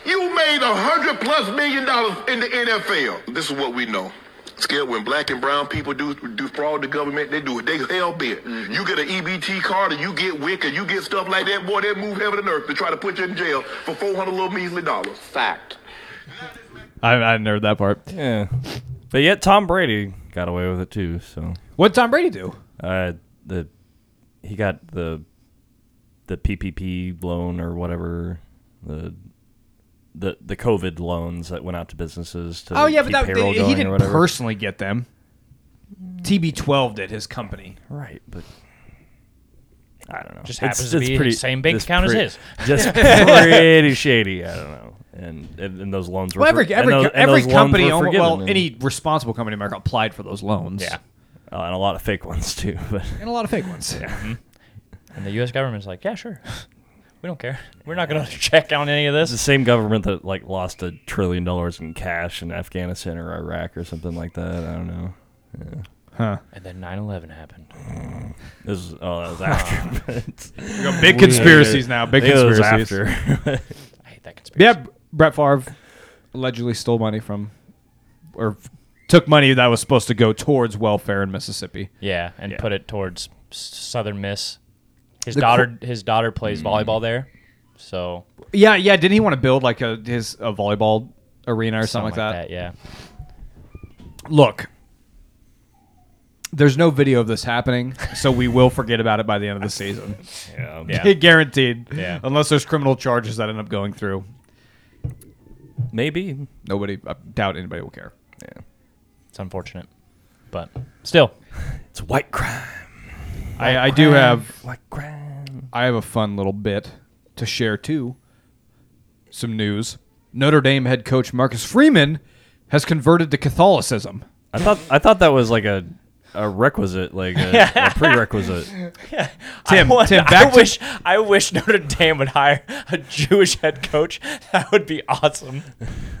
[SPEAKER 2] You made a hundred plus million dollars in the NFL. This is what we know. Scared when black and brown people do do fraud the government, they do it. They hell bent. You get an EBT card, and you get WIC, and you get stuff like that. Boy, they move heaven and earth to try to put you in jail for four hundred little measly dollars.
[SPEAKER 5] Fact.
[SPEAKER 1] I, I didn't heard that part.
[SPEAKER 4] Yeah, but yet Tom Brady got away with it too. So
[SPEAKER 1] What Tom Brady do?
[SPEAKER 4] uh, the he got the the PPP loan or whatever the the the COVID loans that went out to businesses to
[SPEAKER 1] Oh yeah, but
[SPEAKER 4] keep
[SPEAKER 1] that,
[SPEAKER 4] payroll
[SPEAKER 1] he
[SPEAKER 4] going or
[SPEAKER 1] didn't
[SPEAKER 4] whatever.
[SPEAKER 1] personally get them. TB12 did his company.
[SPEAKER 4] right, but. I don't know.
[SPEAKER 3] Just happens to be the same bank
[SPEAKER 4] it's
[SPEAKER 3] account as
[SPEAKER 4] pretty-
[SPEAKER 3] his.
[SPEAKER 4] Just pretty shady. I don't know. And and, and those loans were
[SPEAKER 1] Well,
[SPEAKER 4] for-
[SPEAKER 1] every
[SPEAKER 4] and
[SPEAKER 1] every,
[SPEAKER 4] those-
[SPEAKER 1] co-
[SPEAKER 4] and
[SPEAKER 1] every
[SPEAKER 4] those loans
[SPEAKER 1] company,
[SPEAKER 4] were
[SPEAKER 1] almo-
[SPEAKER 4] forgiven,
[SPEAKER 1] well,
[SPEAKER 4] and-
[SPEAKER 1] any responsible company in America applied for those loans.
[SPEAKER 3] Yeah.
[SPEAKER 4] uh, and a lot of fake ones too. But
[SPEAKER 1] and a lot of fake ones.
[SPEAKER 4] Mm-hmm.
[SPEAKER 3] And the U.S. government's like, yeah, sure. We don't care. We're not going to check on any of
[SPEAKER 4] It's the
[SPEAKER 3] this.
[SPEAKER 4] same government that like lost a trillion dollars in cash in Afghanistan or Iraq or something like that. I don't know.
[SPEAKER 3] And then 9/11 happened.
[SPEAKER 4] This is oh, that was after. but-
[SPEAKER 1] Big conspiracies now. Big
[SPEAKER 4] I think it was
[SPEAKER 1] conspiracies.
[SPEAKER 4] after.
[SPEAKER 3] I hate that conspiracy.
[SPEAKER 1] Yeah, B- Brett Favre allegedly stole money from, or f- took money that was supposed to go towards welfare in Mississippi.
[SPEAKER 3] Yeah, and put it towards S- Southern Miss. His
[SPEAKER 1] The
[SPEAKER 3] daughter, his daughter
[SPEAKER 1] Mm.
[SPEAKER 3] plays volleyball there, so
[SPEAKER 1] Yeah, yeah. Didn't he want to build like a his a volleyball arena or something, like, that?
[SPEAKER 3] Yeah,
[SPEAKER 1] Look, there's no video of this happening, so we will forget about it by the end of the season.
[SPEAKER 4] yeah.
[SPEAKER 3] Yeah.
[SPEAKER 1] Guaranteed.
[SPEAKER 3] Yeah.
[SPEAKER 1] Unless there's criminal charges that end up going through,
[SPEAKER 4] Maybe.
[SPEAKER 1] nobody. I doubt anybody will care.
[SPEAKER 4] Yeah.
[SPEAKER 3] it's unfortunate, but still,
[SPEAKER 4] It's white crime.
[SPEAKER 1] I, I do have
[SPEAKER 4] White crime.
[SPEAKER 1] I have a fun little bit to share too. Some news. Notre Dame head coach Marcus Freeman has converted to Catholicism.
[SPEAKER 4] I thought I thought that was like a a requisite, like a, a prerequisite.
[SPEAKER 3] Tim, I, want-
[SPEAKER 1] Tim,
[SPEAKER 3] I
[SPEAKER 1] back to-
[SPEAKER 3] wish I wish Notre Dame would hire a Jewish head coach. That would be awesome.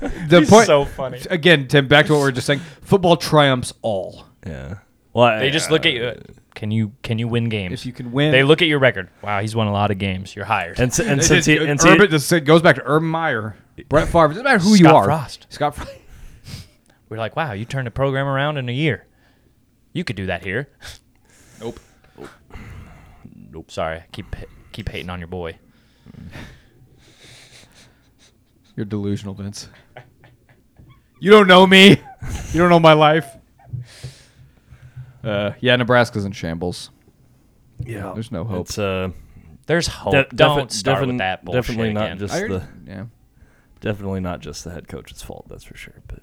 [SPEAKER 1] The
[SPEAKER 3] He's
[SPEAKER 1] point,
[SPEAKER 3] so funny.
[SPEAKER 1] Again, Tim, back to what we were just saying. Football triumphs all.
[SPEAKER 4] Yeah. Well, uh,
[SPEAKER 3] They just look at you. uh, Can you can you win games?
[SPEAKER 1] If you can win-
[SPEAKER 3] they look at your record. Wow, he's won a lot of games. You're hired.
[SPEAKER 4] and, si- and since he, and see,
[SPEAKER 1] Urban, this goes back to Urban Meyer, Brett Favre. Doesn't matter who you
[SPEAKER 3] Scott
[SPEAKER 1] are.
[SPEAKER 3] Frost.
[SPEAKER 1] Scott Frost.
[SPEAKER 3] We're like, wow, you turned a program around in a year. You could do that here.
[SPEAKER 1] Nope.
[SPEAKER 3] Nope. Sorry, I keep keep hating on your boy.
[SPEAKER 1] You're delusional, Vince. You don't know me. You don't know my life. Uh, yeah, Nebraska's in shambles.
[SPEAKER 4] yeah,
[SPEAKER 1] There's no hope.
[SPEAKER 4] it's uh,
[SPEAKER 3] There's hope.
[SPEAKER 4] de- defi-
[SPEAKER 3] Don't start with
[SPEAKER 4] defin-
[SPEAKER 3] that bullshit
[SPEAKER 4] Definitely not
[SPEAKER 3] again.
[SPEAKER 4] just
[SPEAKER 1] I already-
[SPEAKER 4] the
[SPEAKER 1] yeah.
[SPEAKER 4] definitely not just the head coach's fault. That's for sure. But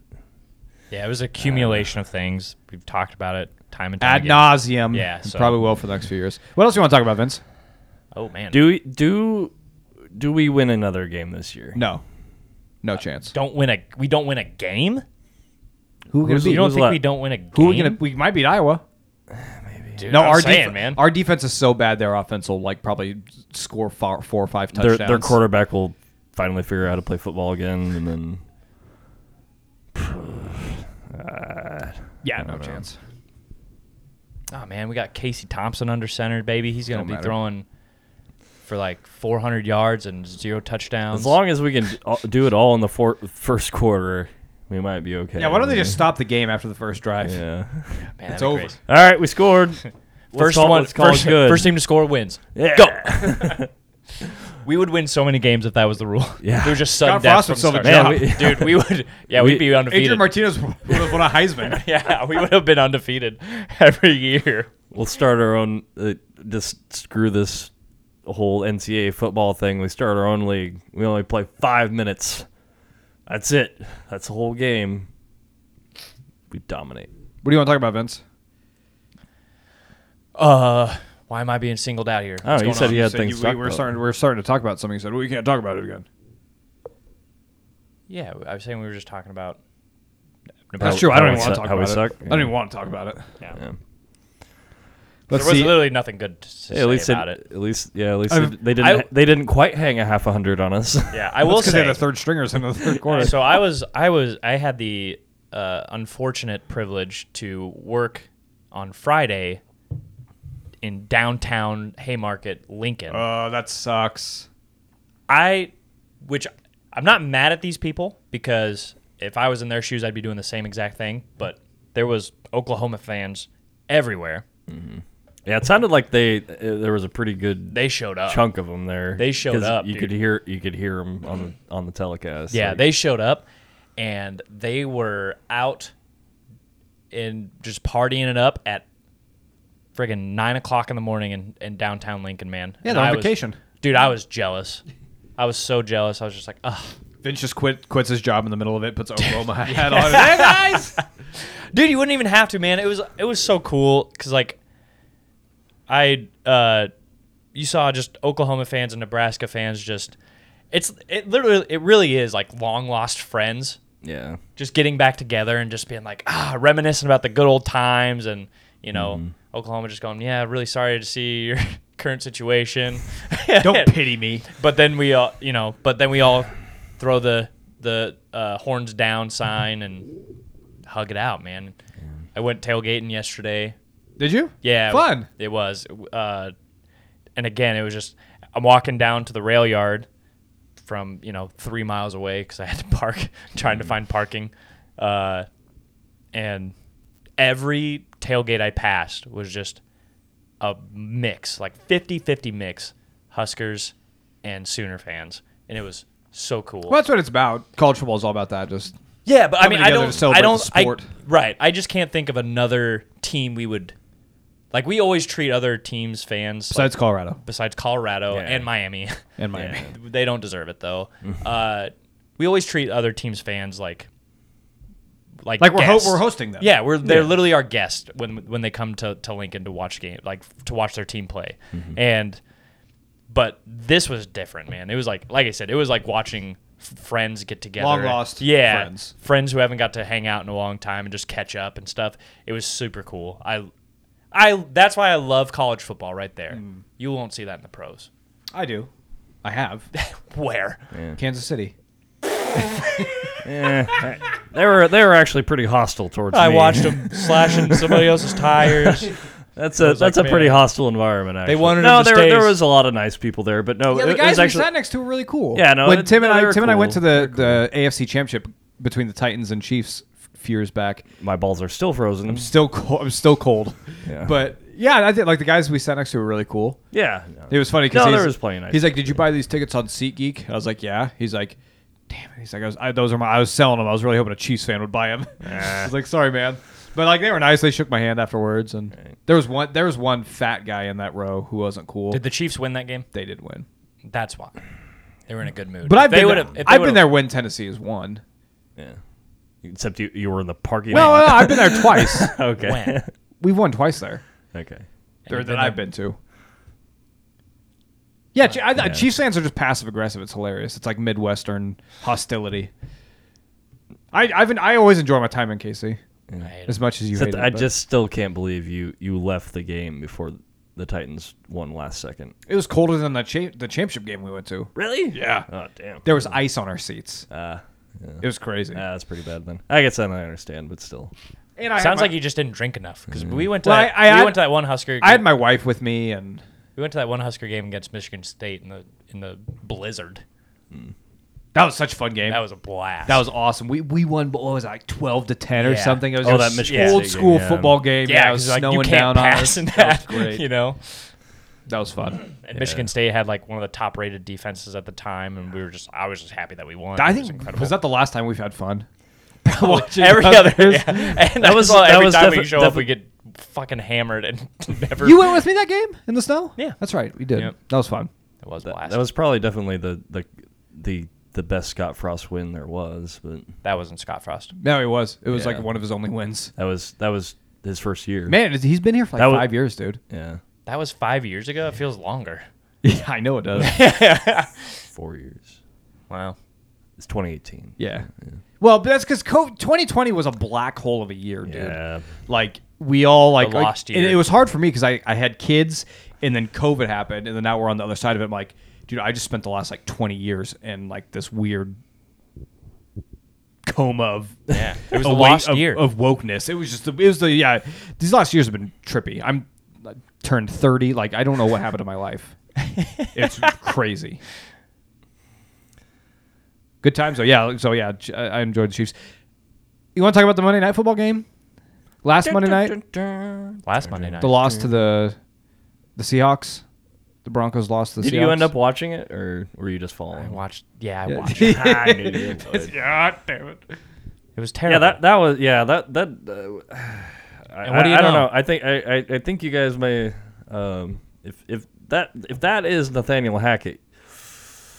[SPEAKER 3] yeah, it was accumulation of things. We've talked about it time and time
[SPEAKER 1] Uh, Ad
[SPEAKER 3] again.
[SPEAKER 1] nauseum.
[SPEAKER 3] Yeah,
[SPEAKER 1] and
[SPEAKER 3] so-
[SPEAKER 1] Probably will for the next few years. What else do you want to talk about, Vince?
[SPEAKER 3] Oh man,
[SPEAKER 4] do we do do we win another game this year?
[SPEAKER 1] No. No chance.
[SPEAKER 3] don't win a we don't win a game.
[SPEAKER 1] Who we gonna
[SPEAKER 4] Who's-
[SPEAKER 1] beat?
[SPEAKER 3] You don't
[SPEAKER 4] who's
[SPEAKER 3] think
[SPEAKER 4] left?
[SPEAKER 3] we don't win a game?
[SPEAKER 1] Who we gonna? We might beat Iowa.
[SPEAKER 3] Dude,
[SPEAKER 1] No,
[SPEAKER 3] I'm
[SPEAKER 1] our
[SPEAKER 3] saying,
[SPEAKER 1] def-
[SPEAKER 3] man.
[SPEAKER 1] our defense is so bad. Their offense will like probably score four, four or five
[SPEAKER 4] Their
[SPEAKER 1] touchdowns.
[SPEAKER 4] their quarterback will finally figure out how to play football again, and then
[SPEAKER 1] Yeah, no chance.
[SPEAKER 3] oh man, we got Casey Thompson under center, baby. He's gonna
[SPEAKER 1] Don't
[SPEAKER 3] be
[SPEAKER 1] matter.
[SPEAKER 3] throwing for like 400 yards and zero touchdowns.
[SPEAKER 4] as long as we can all- do it all in the four, first quarter, we might be okay.
[SPEAKER 1] Yeah, why don't they just stop the game after the first drive?
[SPEAKER 4] Yeah.
[SPEAKER 3] man,
[SPEAKER 1] It's
[SPEAKER 3] that'd be
[SPEAKER 1] over.
[SPEAKER 3] crazy.
[SPEAKER 4] All right, we scored.
[SPEAKER 3] First
[SPEAKER 4] call-
[SPEAKER 3] one,
[SPEAKER 4] let's call it
[SPEAKER 3] first,
[SPEAKER 4] good.
[SPEAKER 3] first team to score wins.
[SPEAKER 4] Yeah.
[SPEAKER 3] Go. we would win so many games if that was the rule.
[SPEAKER 4] Yeah.
[SPEAKER 3] we were just sudden
[SPEAKER 1] Scott
[SPEAKER 3] death
[SPEAKER 1] Frost
[SPEAKER 3] from
[SPEAKER 1] would still have
[SPEAKER 3] start.
[SPEAKER 1] a
[SPEAKER 4] job.
[SPEAKER 3] dude, we would. Yeah,
[SPEAKER 4] We-
[SPEAKER 3] we'd be
[SPEAKER 1] Adrian
[SPEAKER 3] undefeated.
[SPEAKER 1] Martinez would have won a Heisman.
[SPEAKER 3] yeah, we would have been undefeated every year.
[SPEAKER 4] We'll start our own. Uh, just screw this whole NCAA football thing. We start our own league. We only play five minutes. That's it. That's the whole game. We dominate.
[SPEAKER 1] What do you want to talk about, Vince?
[SPEAKER 3] Uh, why am I being singled out here?
[SPEAKER 4] Oh,
[SPEAKER 3] What's
[SPEAKER 4] you
[SPEAKER 3] going
[SPEAKER 4] said
[SPEAKER 3] on?
[SPEAKER 4] he had
[SPEAKER 1] So
[SPEAKER 4] things.
[SPEAKER 1] you-
[SPEAKER 4] to
[SPEAKER 1] we
[SPEAKER 4] talk
[SPEAKER 1] were
[SPEAKER 4] about.
[SPEAKER 1] starting. We are starting to talk about something. You said we can't talk about it again.
[SPEAKER 3] Yeah, I was saying we were just talking about.
[SPEAKER 1] That's
[SPEAKER 4] How-
[SPEAKER 1] true. I
[SPEAKER 4] how
[SPEAKER 1] don't
[SPEAKER 4] we
[SPEAKER 1] even want to
[SPEAKER 4] suck-
[SPEAKER 1] talk
[SPEAKER 4] how we
[SPEAKER 1] about it.
[SPEAKER 4] suck.
[SPEAKER 1] I don't even want to talk about it.
[SPEAKER 3] Yeah.
[SPEAKER 4] Yeah.
[SPEAKER 1] Let's
[SPEAKER 3] there was
[SPEAKER 1] see.
[SPEAKER 3] literally nothing good to say
[SPEAKER 4] Hey, at least
[SPEAKER 3] about
[SPEAKER 4] it,
[SPEAKER 3] it.
[SPEAKER 4] At least, yeah. At least
[SPEAKER 1] I-
[SPEAKER 4] they, they didn't.
[SPEAKER 3] I-
[SPEAKER 4] they didn't quite hang a half a hundred on us.
[SPEAKER 3] Yeah, I will
[SPEAKER 1] That's 'cause they
[SPEAKER 3] say
[SPEAKER 1] had the third stringers in the third quarter.
[SPEAKER 3] So I was, I was, I had the uh, unfortunate privilege to work on Friday in downtown Haymarket, Lincoln.
[SPEAKER 1] Uh, that sucks.
[SPEAKER 3] I, which I'm not mad at these people because if I was in their shoes, I'd be doing the same exact thing. But there was Oklahoma fans everywhere.
[SPEAKER 4] Yeah, it sounded like they. uh, there was a pretty good
[SPEAKER 3] They showed up.
[SPEAKER 4] chunk of them there.
[SPEAKER 3] They showed
[SPEAKER 4] 'Cause
[SPEAKER 3] up,
[SPEAKER 4] You
[SPEAKER 3] dude.
[SPEAKER 4] could hear. You could hear them on the on the telecast.
[SPEAKER 3] Yeah,
[SPEAKER 4] like-
[SPEAKER 3] they showed up and they were out and just partying it up at friggin' nine o'clock in the morning in, in downtown Lincoln, man.
[SPEAKER 1] Yeah,
[SPEAKER 3] And
[SPEAKER 1] they're on
[SPEAKER 3] I was-
[SPEAKER 1] vacation.
[SPEAKER 3] dude, I was jealous. I was so jealous. I was just like, ugh.
[SPEAKER 1] Vince just quit quits his job in the middle of it, puts an Oklahoma hat on. Hey Oh, guys,
[SPEAKER 3] dude you wouldn't even have to man it was it was so cool because like i uh you saw just oklahoma fans and nebraska fans just it's it literally it really is like long lost friends
[SPEAKER 4] Yeah.
[SPEAKER 3] just getting back together and just being like ah reminiscing about the good old times and you know
[SPEAKER 1] Mm-hmm.
[SPEAKER 3] oklahoma just going yeah really sorry to see your current situation
[SPEAKER 1] don't pity me.
[SPEAKER 3] but then we all you know but then we all throw the the uh, horns down sign and hug it out man i went tailgating yesterday
[SPEAKER 1] Did you?
[SPEAKER 3] yeah it-
[SPEAKER 1] Fun.
[SPEAKER 3] it was uh, and again it was just i'm walking down to the rail yard from you know three miles away because i had to park trying to find parking uh, and every tailgate i passed was just a mix, like 50 50 mix, Huskers and Sooner fans. And it was so cool.
[SPEAKER 1] Well, that's what it's about. College football is all about that. Just
[SPEAKER 3] Yeah, but I mean,
[SPEAKER 1] Coming
[SPEAKER 3] I
[SPEAKER 1] together to
[SPEAKER 3] don't,
[SPEAKER 1] celebrate
[SPEAKER 3] I
[SPEAKER 1] the
[SPEAKER 3] don't, I-
[SPEAKER 1] sport.
[SPEAKER 3] right. I just can't think of another team we would, like, we always treat other teams' fans, like,
[SPEAKER 1] besides Colorado
[SPEAKER 3] besides Colorado
[SPEAKER 4] Yeah.
[SPEAKER 3] and Miami.
[SPEAKER 1] and Miami.
[SPEAKER 3] they don't deserve it, though. uh, we always treat other teams' fans like, like,
[SPEAKER 1] Like, we're ho-
[SPEAKER 3] guests.
[SPEAKER 1] we're hosting them.
[SPEAKER 3] Yeah, we're they're literally our guest when when they come to, to Lincoln to watch game like to watch their team play.
[SPEAKER 1] Mm-hmm.
[SPEAKER 3] And but this was different, man. It was like like I said, it was like watching f- friends get together.
[SPEAKER 1] Long lost
[SPEAKER 3] yeah,
[SPEAKER 1] friends.
[SPEAKER 3] friends who haven't got to hang out in a long time and just catch up and stuff. It was super cool. I, I that's why I love college football right there.
[SPEAKER 1] Mm.
[SPEAKER 3] You won't see that in the pros.
[SPEAKER 1] I do. I have.
[SPEAKER 3] Where?
[SPEAKER 1] Kansas City.
[SPEAKER 4] Eh, they were they were actually pretty hostile towards
[SPEAKER 3] I
[SPEAKER 4] me.
[SPEAKER 3] watched them slashing somebody else's tires.
[SPEAKER 4] That's a
[SPEAKER 3] was like,
[SPEAKER 4] that's a pretty
[SPEAKER 3] man.
[SPEAKER 4] hostile environment. Actually,
[SPEAKER 3] wanted
[SPEAKER 4] no.
[SPEAKER 3] him to
[SPEAKER 4] there
[SPEAKER 3] stay.
[SPEAKER 4] there was a lot of nice people there, but no,
[SPEAKER 1] Yeah,
[SPEAKER 4] it,
[SPEAKER 1] the
[SPEAKER 4] it was
[SPEAKER 1] guys we
[SPEAKER 4] actually
[SPEAKER 1] sat next to were really cool.
[SPEAKER 4] Yeah, no,
[SPEAKER 1] When
[SPEAKER 4] it-
[SPEAKER 1] Tim and
[SPEAKER 4] they
[SPEAKER 1] I,
[SPEAKER 4] were
[SPEAKER 1] Tim and I went to
[SPEAKER 4] cool.
[SPEAKER 1] the, the AFC Championship between the Titans and Chiefs a few years back.
[SPEAKER 4] my balls are still frozen.
[SPEAKER 1] Still, cold. I'm still cold.
[SPEAKER 4] Yeah.
[SPEAKER 1] But yeah, I did. Like the guys we sat next to were really cool.
[SPEAKER 4] yeah,
[SPEAKER 1] It was funny because
[SPEAKER 4] No, there was plenty of nice
[SPEAKER 1] He's like, "Did you buy these tickets on SeatGeek?" I was like, "Yeah." He's like, "Damn it!" He's like, I was, I, "Those are my." I was selling them. I was really hoping a Chiefs fan would buy them. I was like, "Sorry, man." But like they were nice. They shook my hand afterwards, and there was one there was one fat guy in that row who wasn't cool.
[SPEAKER 3] Did the Chiefs win that game?
[SPEAKER 1] they did win,
[SPEAKER 3] That's why they were in a good mood.
[SPEAKER 1] but
[SPEAKER 3] If
[SPEAKER 1] I've
[SPEAKER 3] they
[SPEAKER 1] been
[SPEAKER 3] would've-
[SPEAKER 1] there,
[SPEAKER 3] if they
[SPEAKER 1] I've
[SPEAKER 3] would've-
[SPEAKER 1] been there when Tennessee has won.
[SPEAKER 4] except you you were in the parking
[SPEAKER 1] No, no,
[SPEAKER 4] lot.
[SPEAKER 1] no, uh, I've been there twice.
[SPEAKER 4] okay,
[SPEAKER 3] When?
[SPEAKER 1] We've won twice there.
[SPEAKER 3] uh,
[SPEAKER 4] okay.
[SPEAKER 1] There that
[SPEAKER 3] been
[SPEAKER 1] I've been to. Yeah, Chi- I, I- Chiefs fans are just passive aggressive. It's hilarious. It's like Midwestern hostility. I I've been, I always enjoy my time in KC
[SPEAKER 3] I hate
[SPEAKER 1] as much as you hate
[SPEAKER 4] Except
[SPEAKER 1] it.
[SPEAKER 4] I
[SPEAKER 1] but-
[SPEAKER 4] just still can't believe you you left the game before the Titans won last second.
[SPEAKER 1] it was colder than the cha- the championship game we went to.
[SPEAKER 4] Really?
[SPEAKER 1] Yeah.
[SPEAKER 3] uh,
[SPEAKER 4] Oh damn.
[SPEAKER 1] There was ice on our seats.
[SPEAKER 4] Ah,
[SPEAKER 1] It was crazy.
[SPEAKER 3] Uh,
[SPEAKER 4] ah, that's pretty bad then. I guess I don't understand, but still.
[SPEAKER 1] and I had
[SPEAKER 3] Sounds
[SPEAKER 1] my-
[SPEAKER 3] like you just didn't drink enough
[SPEAKER 1] Mm.
[SPEAKER 3] because we went to
[SPEAKER 1] Well,
[SPEAKER 3] that,
[SPEAKER 1] I- I
[SPEAKER 3] we
[SPEAKER 1] had-
[SPEAKER 3] went to that one Husker. Game.
[SPEAKER 1] I had my wife with me, and
[SPEAKER 3] we went to that one Husker game against Michigan State in the in the blizzard.
[SPEAKER 1] that was such a fun game.
[SPEAKER 3] That was a blast.
[SPEAKER 1] That was awesome. We we won. What was it, like twelve to ten or
[SPEAKER 3] Yeah.
[SPEAKER 1] something? It was
[SPEAKER 4] Oh,
[SPEAKER 1] just
[SPEAKER 4] that Michigan
[SPEAKER 1] old
[SPEAKER 4] State game,
[SPEAKER 1] school
[SPEAKER 4] yeah.
[SPEAKER 1] football game.
[SPEAKER 3] yeah,
[SPEAKER 1] it
[SPEAKER 3] 'cause,
[SPEAKER 1] was
[SPEAKER 3] like you
[SPEAKER 1] snowing
[SPEAKER 3] can't
[SPEAKER 1] down on
[SPEAKER 3] pass
[SPEAKER 1] us.
[SPEAKER 3] in
[SPEAKER 1] That
[SPEAKER 3] that.
[SPEAKER 1] was great.
[SPEAKER 3] You know,
[SPEAKER 1] That was fun.
[SPEAKER 3] and Michigan State had like one of the top rated defenses at the time, and we were just I was just happy that we won.
[SPEAKER 1] I
[SPEAKER 3] It
[SPEAKER 1] think
[SPEAKER 3] was
[SPEAKER 1] was,
[SPEAKER 3] incredible.
[SPEAKER 1] that the last time we've had fun?
[SPEAKER 3] every other. Yeah. And that was
[SPEAKER 4] was-
[SPEAKER 3] every
[SPEAKER 4] that was
[SPEAKER 3] time we
[SPEAKER 4] defi-
[SPEAKER 3] show up,
[SPEAKER 4] defi-
[SPEAKER 3] we get fucking hammered and never.
[SPEAKER 1] You went with me that game in the snow.
[SPEAKER 3] Yeah.
[SPEAKER 1] that's right. We did.
[SPEAKER 3] Yep.
[SPEAKER 1] That was fun.
[SPEAKER 3] It was
[SPEAKER 4] That,
[SPEAKER 3] blast.
[SPEAKER 4] that was probably definitely the, the the the best Scott Frost win there was, but
[SPEAKER 3] that wasn't Scott Frost.
[SPEAKER 1] No, it was. It was
[SPEAKER 4] Yeah.
[SPEAKER 1] like one of his only wins.
[SPEAKER 4] that was that was his first year.
[SPEAKER 1] Man, he's been here for like
[SPEAKER 4] That was-
[SPEAKER 1] five years, dude.
[SPEAKER 4] Yeah,
[SPEAKER 3] That was five years ago. It feels longer.
[SPEAKER 1] Yeah, I know it does.
[SPEAKER 4] four years.
[SPEAKER 3] Wow.
[SPEAKER 4] It's 2018.
[SPEAKER 1] yeah. Well, but that's because 2020 was a black hole of a year, dude.
[SPEAKER 4] Yeah.
[SPEAKER 1] Like we all like, like-
[SPEAKER 3] lost
[SPEAKER 1] And
[SPEAKER 3] year.
[SPEAKER 1] it was hard for me because I I had kids, and then COVID happened, and then now we're on the other side of it. I'm like, dude, I just spent the last like 20 years in like this weird coma of
[SPEAKER 3] Yeah, it was
[SPEAKER 1] a
[SPEAKER 3] the
[SPEAKER 1] wa-
[SPEAKER 3] last
[SPEAKER 1] of,
[SPEAKER 3] year.
[SPEAKER 1] of wokeness. It was just the, it was the yeah. These last years have been trippy. I'm I turned thirty. Like I don't know what happened to my life. It's crazy. Good times though. Yeah. So yeah, Ch- I I enjoyed the Chiefs. You want to talk about the Monday night football game? Last Monday night,
[SPEAKER 3] Last Monday night.
[SPEAKER 1] the loss to the the Seahawks. The Broncos lost to the
[SPEAKER 4] Did
[SPEAKER 1] Seahawks.
[SPEAKER 4] you end up watching it, or were you just following?
[SPEAKER 3] I watched. Yeah, I watched. it
[SPEAKER 4] I knew you would.
[SPEAKER 1] God damn it!
[SPEAKER 3] was
[SPEAKER 4] Yeah,
[SPEAKER 3] terrible.
[SPEAKER 4] that that was yeah that that. Uh, I,
[SPEAKER 3] And what do you
[SPEAKER 4] I, I don't
[SPEAKER 3] know?
[SPEAKER 4] know. I think I, I, I think you guys may um, if if that if that is Nathaniel Hackett.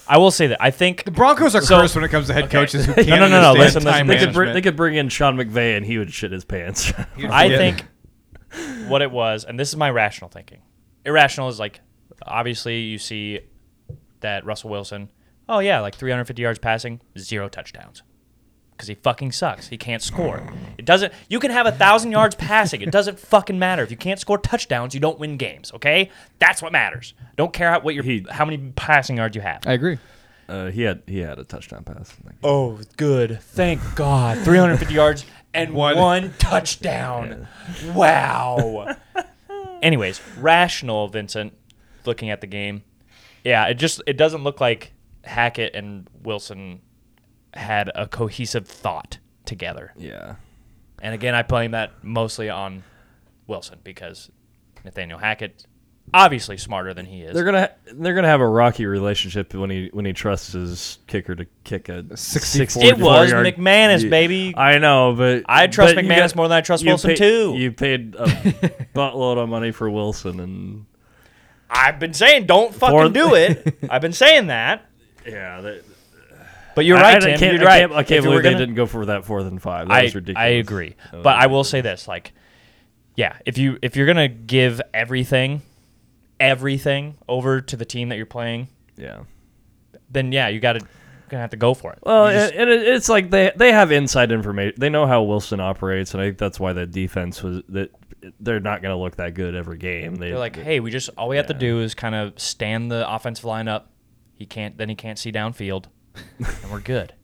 [SPEAKER 3] I will say that I think
[SPEAKER 1] The Broncos are
[SPEAKER 3] So-
[SPEAKER 1] cursed when it comes to head coaches who can't
[SPEAKER 3] no, no, no,
[SPEAKER 1] understand
[SPEAKER 3] listen, listen,
[SPEAKER 1] time
[SPEAKER 4] They could, bring,
[SPEAKER 1] management.
[SPEAKER 4] they could bring in Sean McVay and he would shit his pants.
[SPEAKER 3] I
[SPEAKER 1] Yeah.
[SPEAKER 3] think what it was, and this is my rational thinking. Irrational is like obviously you see that Russell Wilson. Oh yeah, like 350 yards passing, zero touchdowns. Because he fucking sucks. He can't score. It doesn't. You can have a thousand yards passing. It doesn't fucking matter if you can't score touchdowns. You don't win games. Okay, that's what matters. Don't care how, what your
[SPEAKER 4] He-
[SPEAKER 3] how many passing yards you have.
[SPEAKER 1] I agree.
[SPEAKER 4] uh, he had he had a touchdown pass. in that game.
[SPEAKER 3] Oh, good. Thank God. 350 yards and one, touchdown. Wow. Anyways, rational Vincent looking at the game. Yeah, it just it doesn't look like Hackett and Wilson had a cohesive thought together.
[SPEAKER 4] Yeah.
[SPEAKER 3] And again, I blame that mostly on Wilson because Nathaniel Hackett obviously smarter than he is.
[SPEAKER 4] They're gonna they're gonna have a rocky relationship when he when he trusts his kicker to kick
[SPEAKER 1] 64
[SPEAKER 4] a 64
[SPEAKER 3] it was
[SPEAKER 4] yard-
[SPEAKER 3] McManus,
[SPEAKER 4] Yeah.
[SPEAKER 3] baby.
[SPEAKER 4] I know, but
[SPEAKER 3] I trust
[SPEAKER 4] but you
[SPEAKER 3] McManus more than I trust
[SPEAKER 4] you
[SPEAKER 3] Wilson,
[SPEAKER 4] pay-
[SPEAKER 3] too.
[SPEAKER 4] You paid a buttload of money for Wilson, and
[SPEAKER 3] I've been saying don't fucking
[SPEAKER 4] Fourth-
[SPEAKER 3] do it. I've been saying that.
[SPEAKER 4] yeah, that,
[SPEAKER 3] But you're
[SPEAKER 4] I-
[SPEAKER 3] right,
[SPEAKER 4] I,
[SPEAKER 3] Tim.
[SPEAKER 4] can't,
[SPEAKER 3] you're
[SPEAKER 4] I
[SPEAKER 3] right.
[SPEAKER 4] can't, I
[SPEAKER 3] If you
[SPEAKER 4] can't believe
[SPEAKER 3] were
[SPEAKER 4] they
[SPEAKER 3] gonna-
[SPEAKER 4] didn't go for that fourth and five. That
[SPEAKER 3] I,
[SPEAKER 4] was ridiculous.
[SPEAKER 3] I agree.
[SPEAKER 4] That was
[SPEAKER 3] But I will say this: like, yeah, if you if you're gonna give everything, everything over to the team that you're playing,
[SPEAKER 4] ridiculous. yeah,
[SPEAKER 3] then yeah, you got to gonna have to go for it.
[SPEAKER 4] Well,
[SPEAKER 3] You just-
[SPEAKER 4] and it, it's like they they have inside information. They know how Wilson operates, and I think that's why the defense was that they're not going to look that good every game. They
[SPEAKER 3] They're like, hey, we just all we have to do is kind of stand the offensive line up. He can't then he can't see downfield, and we're good.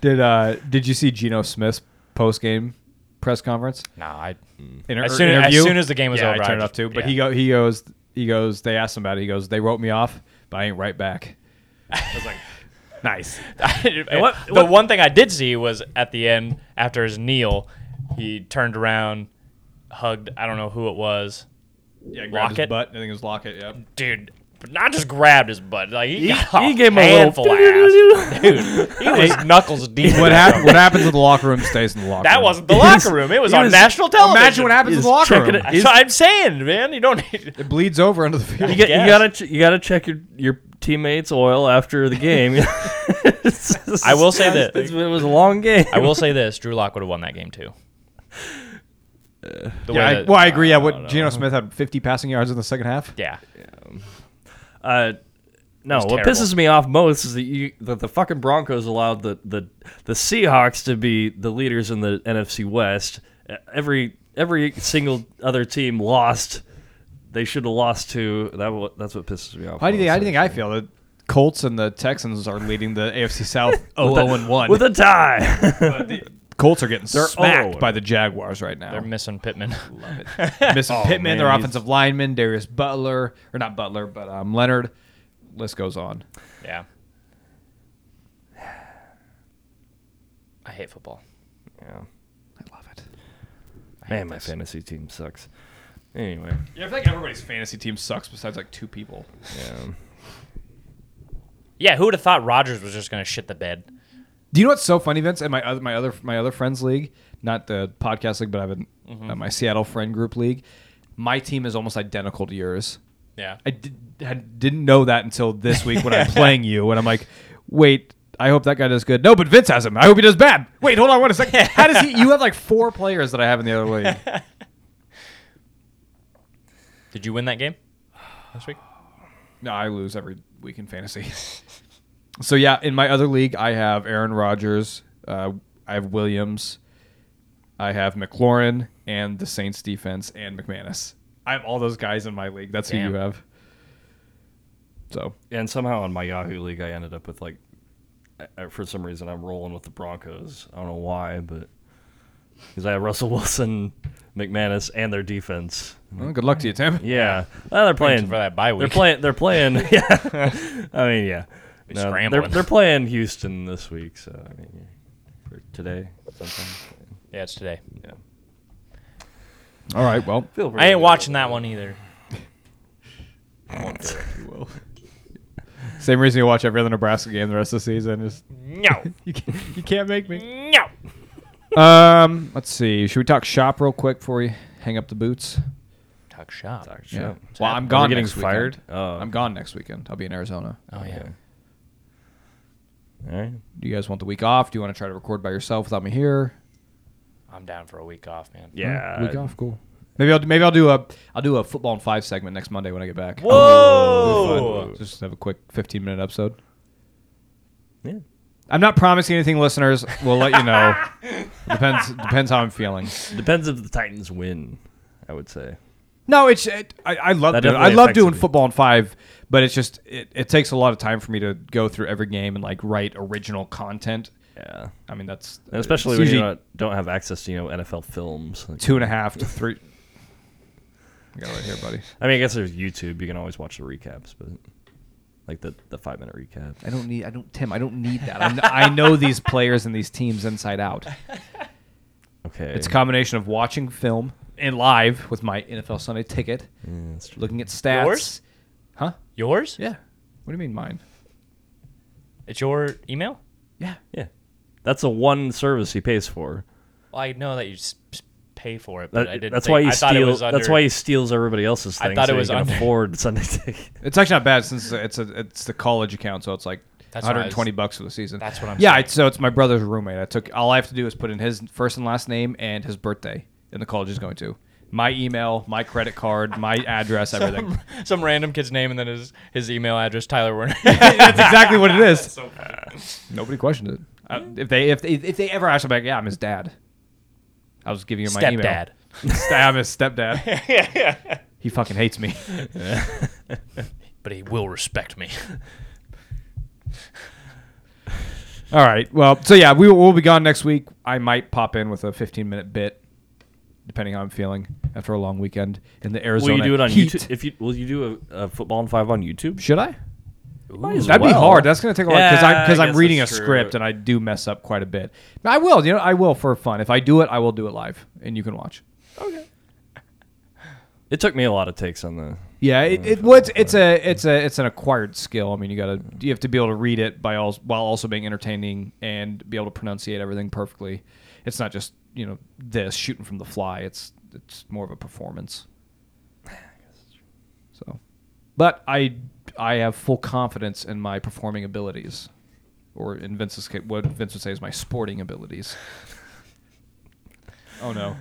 [SPEAKER 1] Did uh did you see Geno Smith's post game press conference?
[SPEAKER 3] Nah, I
[SPEAKER 4] Hmm.
[SPEAKER 1] Inter-
[SPEAKER 3] As soon- as
[SPEAKER 1] interview?
[SPEAKER 3] soon as the game was
[SPEAKER 1] Yeah,
[SPEAKER 3] over,
[SPEAKER 1] I
[SPEAKER 3] I
[SPEAKER 1] turned it
[SPEAKER 3] just-
[SPEAKER 1] off too. But
[SPEAKER 3] yeah.
[SPEAKER 1] he go he goes he goes. They asked him about it. He goes, they wrote me off, but I ain't right back.
[SPEAKER 3] I was like,
[SPEAKER 1] Nice.
[SPEAKER 3] I,
[SPEAKER 4] what-
[SPEAKER 3] the
[SPEAKER 4] what-
[SPEAKER 3] one thing I did see was at the end after his kneel, he turned around, hugged I don't know who it was,
[SPEAKER 1] Yeah,
[SPEAKER 3] grabbed his Lockett?
[SPEAKER 1] butt. I think it was Lockett. Yep.
[SPEAKER 3] dude. but Not just grabbed his butt, like he, got
[SPEAKER 4] he
[SPEAKER 3] a
[SPEAKER 4] gave him a
[SPEAKER 3] handful
[SPEAKER 4] little-
[SPEAKER 3] of ass. dude. He was knuckles deep. in
[SPEAKER 1] What
[SPEAKER 3] that
[SPEAKER 1] happened?
[SPEAKER 3] one.
[SPEAKER 1] What happens in the locker room stays in the locker.
[SPEAKER 3] That
[SPEAKER 1] room.
[SPEAKER 3] wasn't the locker room. It was
[SPEAKER 4] he
[SPEAKER 3] on
[SPEAKER 4] was-
[SPEAKER 3] national television.
[SPEAKER 1] Imagine what happens in
[SPEAKER 4] He's
[SPEAKER 1] the locker
[SPEAKER 4] checking
[SPEAKER 1] room.
[SPEAKER 4] it.
[SPEAKER 3] That's what I'm saying, man. You don't need.
[SPEAKER 1] It bleeds over under the field.
[SPEAKER 4] you, get, you
[SPEAKER 3] guess.
[SPEAKER 4] gotta ch- you gotta check your your teammates' oil after the game.
[SPEAKER 3] I will say that-
[SPEAKER 4] It's- it was a long game.
[SPEAKER 3] I will say this: Drew Lock would have won that game too. The way
[SPEAKER 1] Yeah, I,
[SPEAKER 3] that-
[SPEAKER 1] well, I agree. Yeah, what Geno Smith had 50 passing yards in the second half.
[SPEAKER 3] yeah,
[SPEAKER 4] Uh, no, what
[SPEAKER 3] terrible.
[SPEAKER 4] pisses me off most is that you that the fucking Broncos allowed the, the the Seahawks to be the leaders in the NFC West. E- Every every single other team lost. They should have lost to that. wa- That's what pisses me off.
[SPEAKER 1] How do you think?
[SPEAKER 4] most,
[SPEAKER 1] How do you think
[SPEAKER 4] actually.
[SPEAKER 1] I feel? The Colts and the Texans are leading the AFC South
[SPEAKER 3] Oh,
[SPEAKER 1] 0
[SPEAKER 4] With
[SPEAKER 1] 0
[SPEAKER 4] a-
[SPEAKER 1] and 1.
[SPEAKER 4] with a tie?
[SPEAKER 1] Colts are getting smacked
[SPEAKER 4] 0.
[SPEAKER 1] by the Jaguars right now.
[SPEAKER 3] oh. they're missing Pittman.
[SPEAKER 1] missing Pittman,
[SPEAKER 4] man,
[SPEAKER 1] their
[SPEAKER 4] he's-
[SPEAKER 1] offensive lineman, Darius Butler, or not Butler, but um, Leonard. List goes on.
[SPEAKER 3] yeah, I hate football.
[SPEAKER 4] yeah.
[SPEAKER 1] I love it.
[SPEAKER 4] Man, my fantasy team sucks. Anyway,
[SPEAKER 1] Yeah, I feel like everybody's fantasy team sucks besides like two people.
[SPEAKER 4] yeah.
[SPEAKER 3] Yeah, who would have thought Rogers was just gonna shit the bed?
[SPEAKER 1] Do you know what's so funny, Vince? And my other my other my other friends league, not the podcast league, but I've been uh, my Seattle friend group league. My team is almost identical to yours.
[SPEAKER 3] Yeah,
[SPEAKER 1] I, did, I didn't know that until this week when I'm playing you, and I'm like, wait, I hope that guy does good. No, but Vince has him. I hope he does bad. Wait, hold on, wait a second. How does he? You have like four players that I have in the other league.
[SPEAKER 3] did you win that game last week?
[SPEAKER 1] No, I lose every week in fantasy. so yeah, in my other league, I have Aaron Rodgers, uh, I have Williams, I have McLaurin, and the Saints defense, and McManus. I have all those guys in my league. That's
[SPEAKER 3] Damn.
[SPEAKER 1] who you have. So
[SPEAKER 4] and somehow on my Yahoo League, I ended up with like, I- I- for some reason, I'm rolling with the Broncos. I don't know why, but because I have Russell Wilson, McManus, and their defense.
[SPEAKER 1] well, good luck to you, Tim.
[SPEAKER 4] Yeah, well, they're playing
[SPEAKER 3] for that bye
[SPEAKER 4] They're
[SPEAKER 3] week.
[SPEAKER 4] playing. They're playing. yeah, I mean, yeah. No, they're,
[SPEAKER 3] scrambling.
[SPEAKER 4] they're playing Houston this week, so I mean, yeah, for today, sometime.
[SPEAKER 3] Yeah, it's today.
[SPEAKER 4] Yeah,
[SPEAKER 1] All right, well,
[SPEAKER 4] feel
[SPEAKER 3] I ain't watching that one either.
[SPEAKER 1] same reason you watch every other Nebraska game the rest of the season is
[SPEAKER 3] No,
[SPEAKER 1] you can't, you can't make me.
[SPEAKER 3] no.
[SPEAKER 1] Um, let's see. Should we talk shop real quick before we hang up the boots?
[SPEAKER 3] Talk shop.
[SPEAKER 1] Yeah.
[SPEAKER 4] Sure.
[SPEAKER 1] Well, I'm
[SPEAKER 4] Are
[SPEAKER 1] gone.
[SPEAKER 4] we getting
[SPEAKER 1] next
[SPEAKER 4] fired?
[SPEAKER 1] Weekend.
[SPEAKER 4] Oh,
[SPEAKER 1] I'm
[SPEAKER 4] okay.
[SPEAKER 1] gone next weekend. I'll be in Arizona.
[SPEAKER 3] Oh yeah.
[SPEAKER 4] All right.
[SPEAKER 1] Do you guys want the week off? Do you want to try to record by yourself without me here?
[SPEAKER 3] I'm down for a week off, man.
[SPEAKER 4] Yeah.
[SPEAKER 1] week off, cool. Maybe I'll maybe I'll do a I'll do a football in five segment next Monday when I get back.
[SPEAKER 3] Whoa!
[SPEAKER 1] Just have a quick 15 minute episode.
[SPEAKER 4] Yeah.
[SPEAKER 1] I'm not promising anything, listeners. We'll let you know. depends depends how I'm feeling.
[SPEAKER 4] Depends if the Titans win. I would say.
[SPEAKER 1] No, it's it, I, I love
[SPEAKER 4] That
[SPEAKER 1] doing, I
[SPEAKER 4] definitely
[SPEAKER 1] love
[SPEAKER 4] affected
[SPEAKER 1] doing
[SPEAKER 4] me.
[SPEAKER 1] football in five, but it's just it, it takes a lot of time for me to go through every game and like write original content.
[SPEAKER 4] Yeah.
[SPEAKER 1] I mean that's
[SPEAKER 4] And especially
[SPEAKER 1] it's
[SPEAKER 4] when you
[SPEAKER 1] usually
[SPEAKER 4] don't, don't have access to you know NFL films. Like-
[SPEAKER 1] two and a half to three. I got it right here, buddy.
[SPEAKER 4] I mean, I guess there's YouTube. You can always watch the recaps, but like the the five minute recap.
[SPEAKER 1] I don't need. I don't. Tim, I don't need that. I kn- I know these players and these teams inside out.
[SPEAKER 4] Okay,
[SPEAKER 1] It's a combination of watching film and live with my NFL Sunday ticket,
[SPEAKER 4] Yeah, that's true.
[SPEAKER 1] looking at stats.
[SPEAKER 3] Yours?
[SPEAKER 1] Huh?
[SPEAKER 3] Yours?
[SPEAKER 1] Yeah. What do you mean mine?
[SPEAKER 3] It's your email?
[SPEAKER 1] Yeah.
[SPEAKER 4] yeah, that's the one service he pays for.
[SPEAKER 3] Well, I know that you s- s- pay for it, but
[SPEAKER 4] That-
[SPEAKER 3] I didn't.
[SPEAKER 4] that's
[SPEAKER 3] think-
[SPEAKER 4] why he
[SPEAKER 3] I thought it
[SPEAKER 4] steals.
[SPEAKER 3] was under-
[SPEAKER 4] That's why he steals everybody else's
[SPEAKER 3] I
[SPEAKER 4] thing.
[SPEAKER 3] thought
[SPEAKER 4] so
[SPEAKER 3] it
[SPEAKER 4] he
[SPEAKER 3] was
[SPEAKER 4] can
[SPEAKER 3] under-
[SPEAKER 4] afford Sunday ticket.
[SPEAKER 1] It's actually not bad since it's a it's the college account, so it's like
[SPEAKER 3] That's what I
[SPEAKER 1] 120
[SPEAKER 3] was-
[SPEAKER 1] bucks for the season.
[SPEAKER 3] that's what I'm
[SPEAKER 1] Yeah.
[SPEAKER 3] saying.
[SPEAKER 1] It's, so it's my brother's roommate. I took all I have to do is put in his first and last name and his birthday, and the college is going to. my email, my credit card, my address, everything.
[SPEAKER 3] Some random kid's name and then his, his email address, Tyler Werner.
[SPEAKER 1] That's exactly what it is. Nobody questioned it. Uh, if they if they, if they ever asked me, like, yeah, I'm his dad. I was giving him my email.
[SPEAKER 3] Stepdad.
[SPEAKER 1] St- I'm his stepdad. He fucking hates me.
[SPEAKER 3] but he will respect me.
[SPEAKER 1] All right. Well, so yeah, we will we'll be gone next week. I might pop in with a 15 minute bit, depending how I'm feeling after a long weekend in the Arizona.
[SPEAKER 4] Will you do it on
[SPEAKER 1] heat.
[SPEAKER 4] YouTube? If you will you do a, a football in five on YouTube?
[SPEAKER 1] Should I?
[SPEAKER 4] Might as
[SPEAKER 1] That'd be
[SPEAKER 4] well.
[SPEAKER 1] hard. That's gonna take a while because
[SPEAKER 4] Yeah,
[SPEAKER 1] I
[SPEAKER 4] I
[SPEAKER 1] because I'm
[SPEAKER 4] guess
[SPEAKER 1] reading a
[SPEAKER 4] that's true.
[SPEAKER 1] script and I do mess up quite a bit. But I will. You know, I will for fun. If I do it, I will do it live, and you can watch.
[SPEAKER 4] It took me a lot of takes on the.
[SPEAKER 1] Yeah, it, it well, it's, it's a it's a it's an acquired skill. I mean, you gotta you have to be able to read it by all while also being entertaining and be able to pronunciate everything perfectly. It's not just you know this shooting from the fly. It's it's more of a performance. So, but I I have full confidence in my performing abilities, or in Vince's ca- what Vince would say is my sporting abilities. oh no,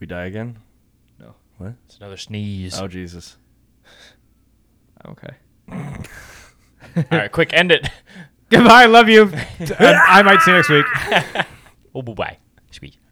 [SPEAKER 4] We die again.
[SPEAKER 1] no,
[SPEAKER 4] What?
[SPEAKER 3] It's another sneeze.
[SPEAKER 4] Oh Jesus!
[SPEAKER 1] okay.
[SPEAKER 3] All right, quick, end it.
[SPEAKER 1] Goodbye. Love you. I, I might see you next week.
[SPEAKER 3] Oh, bye. Sweet.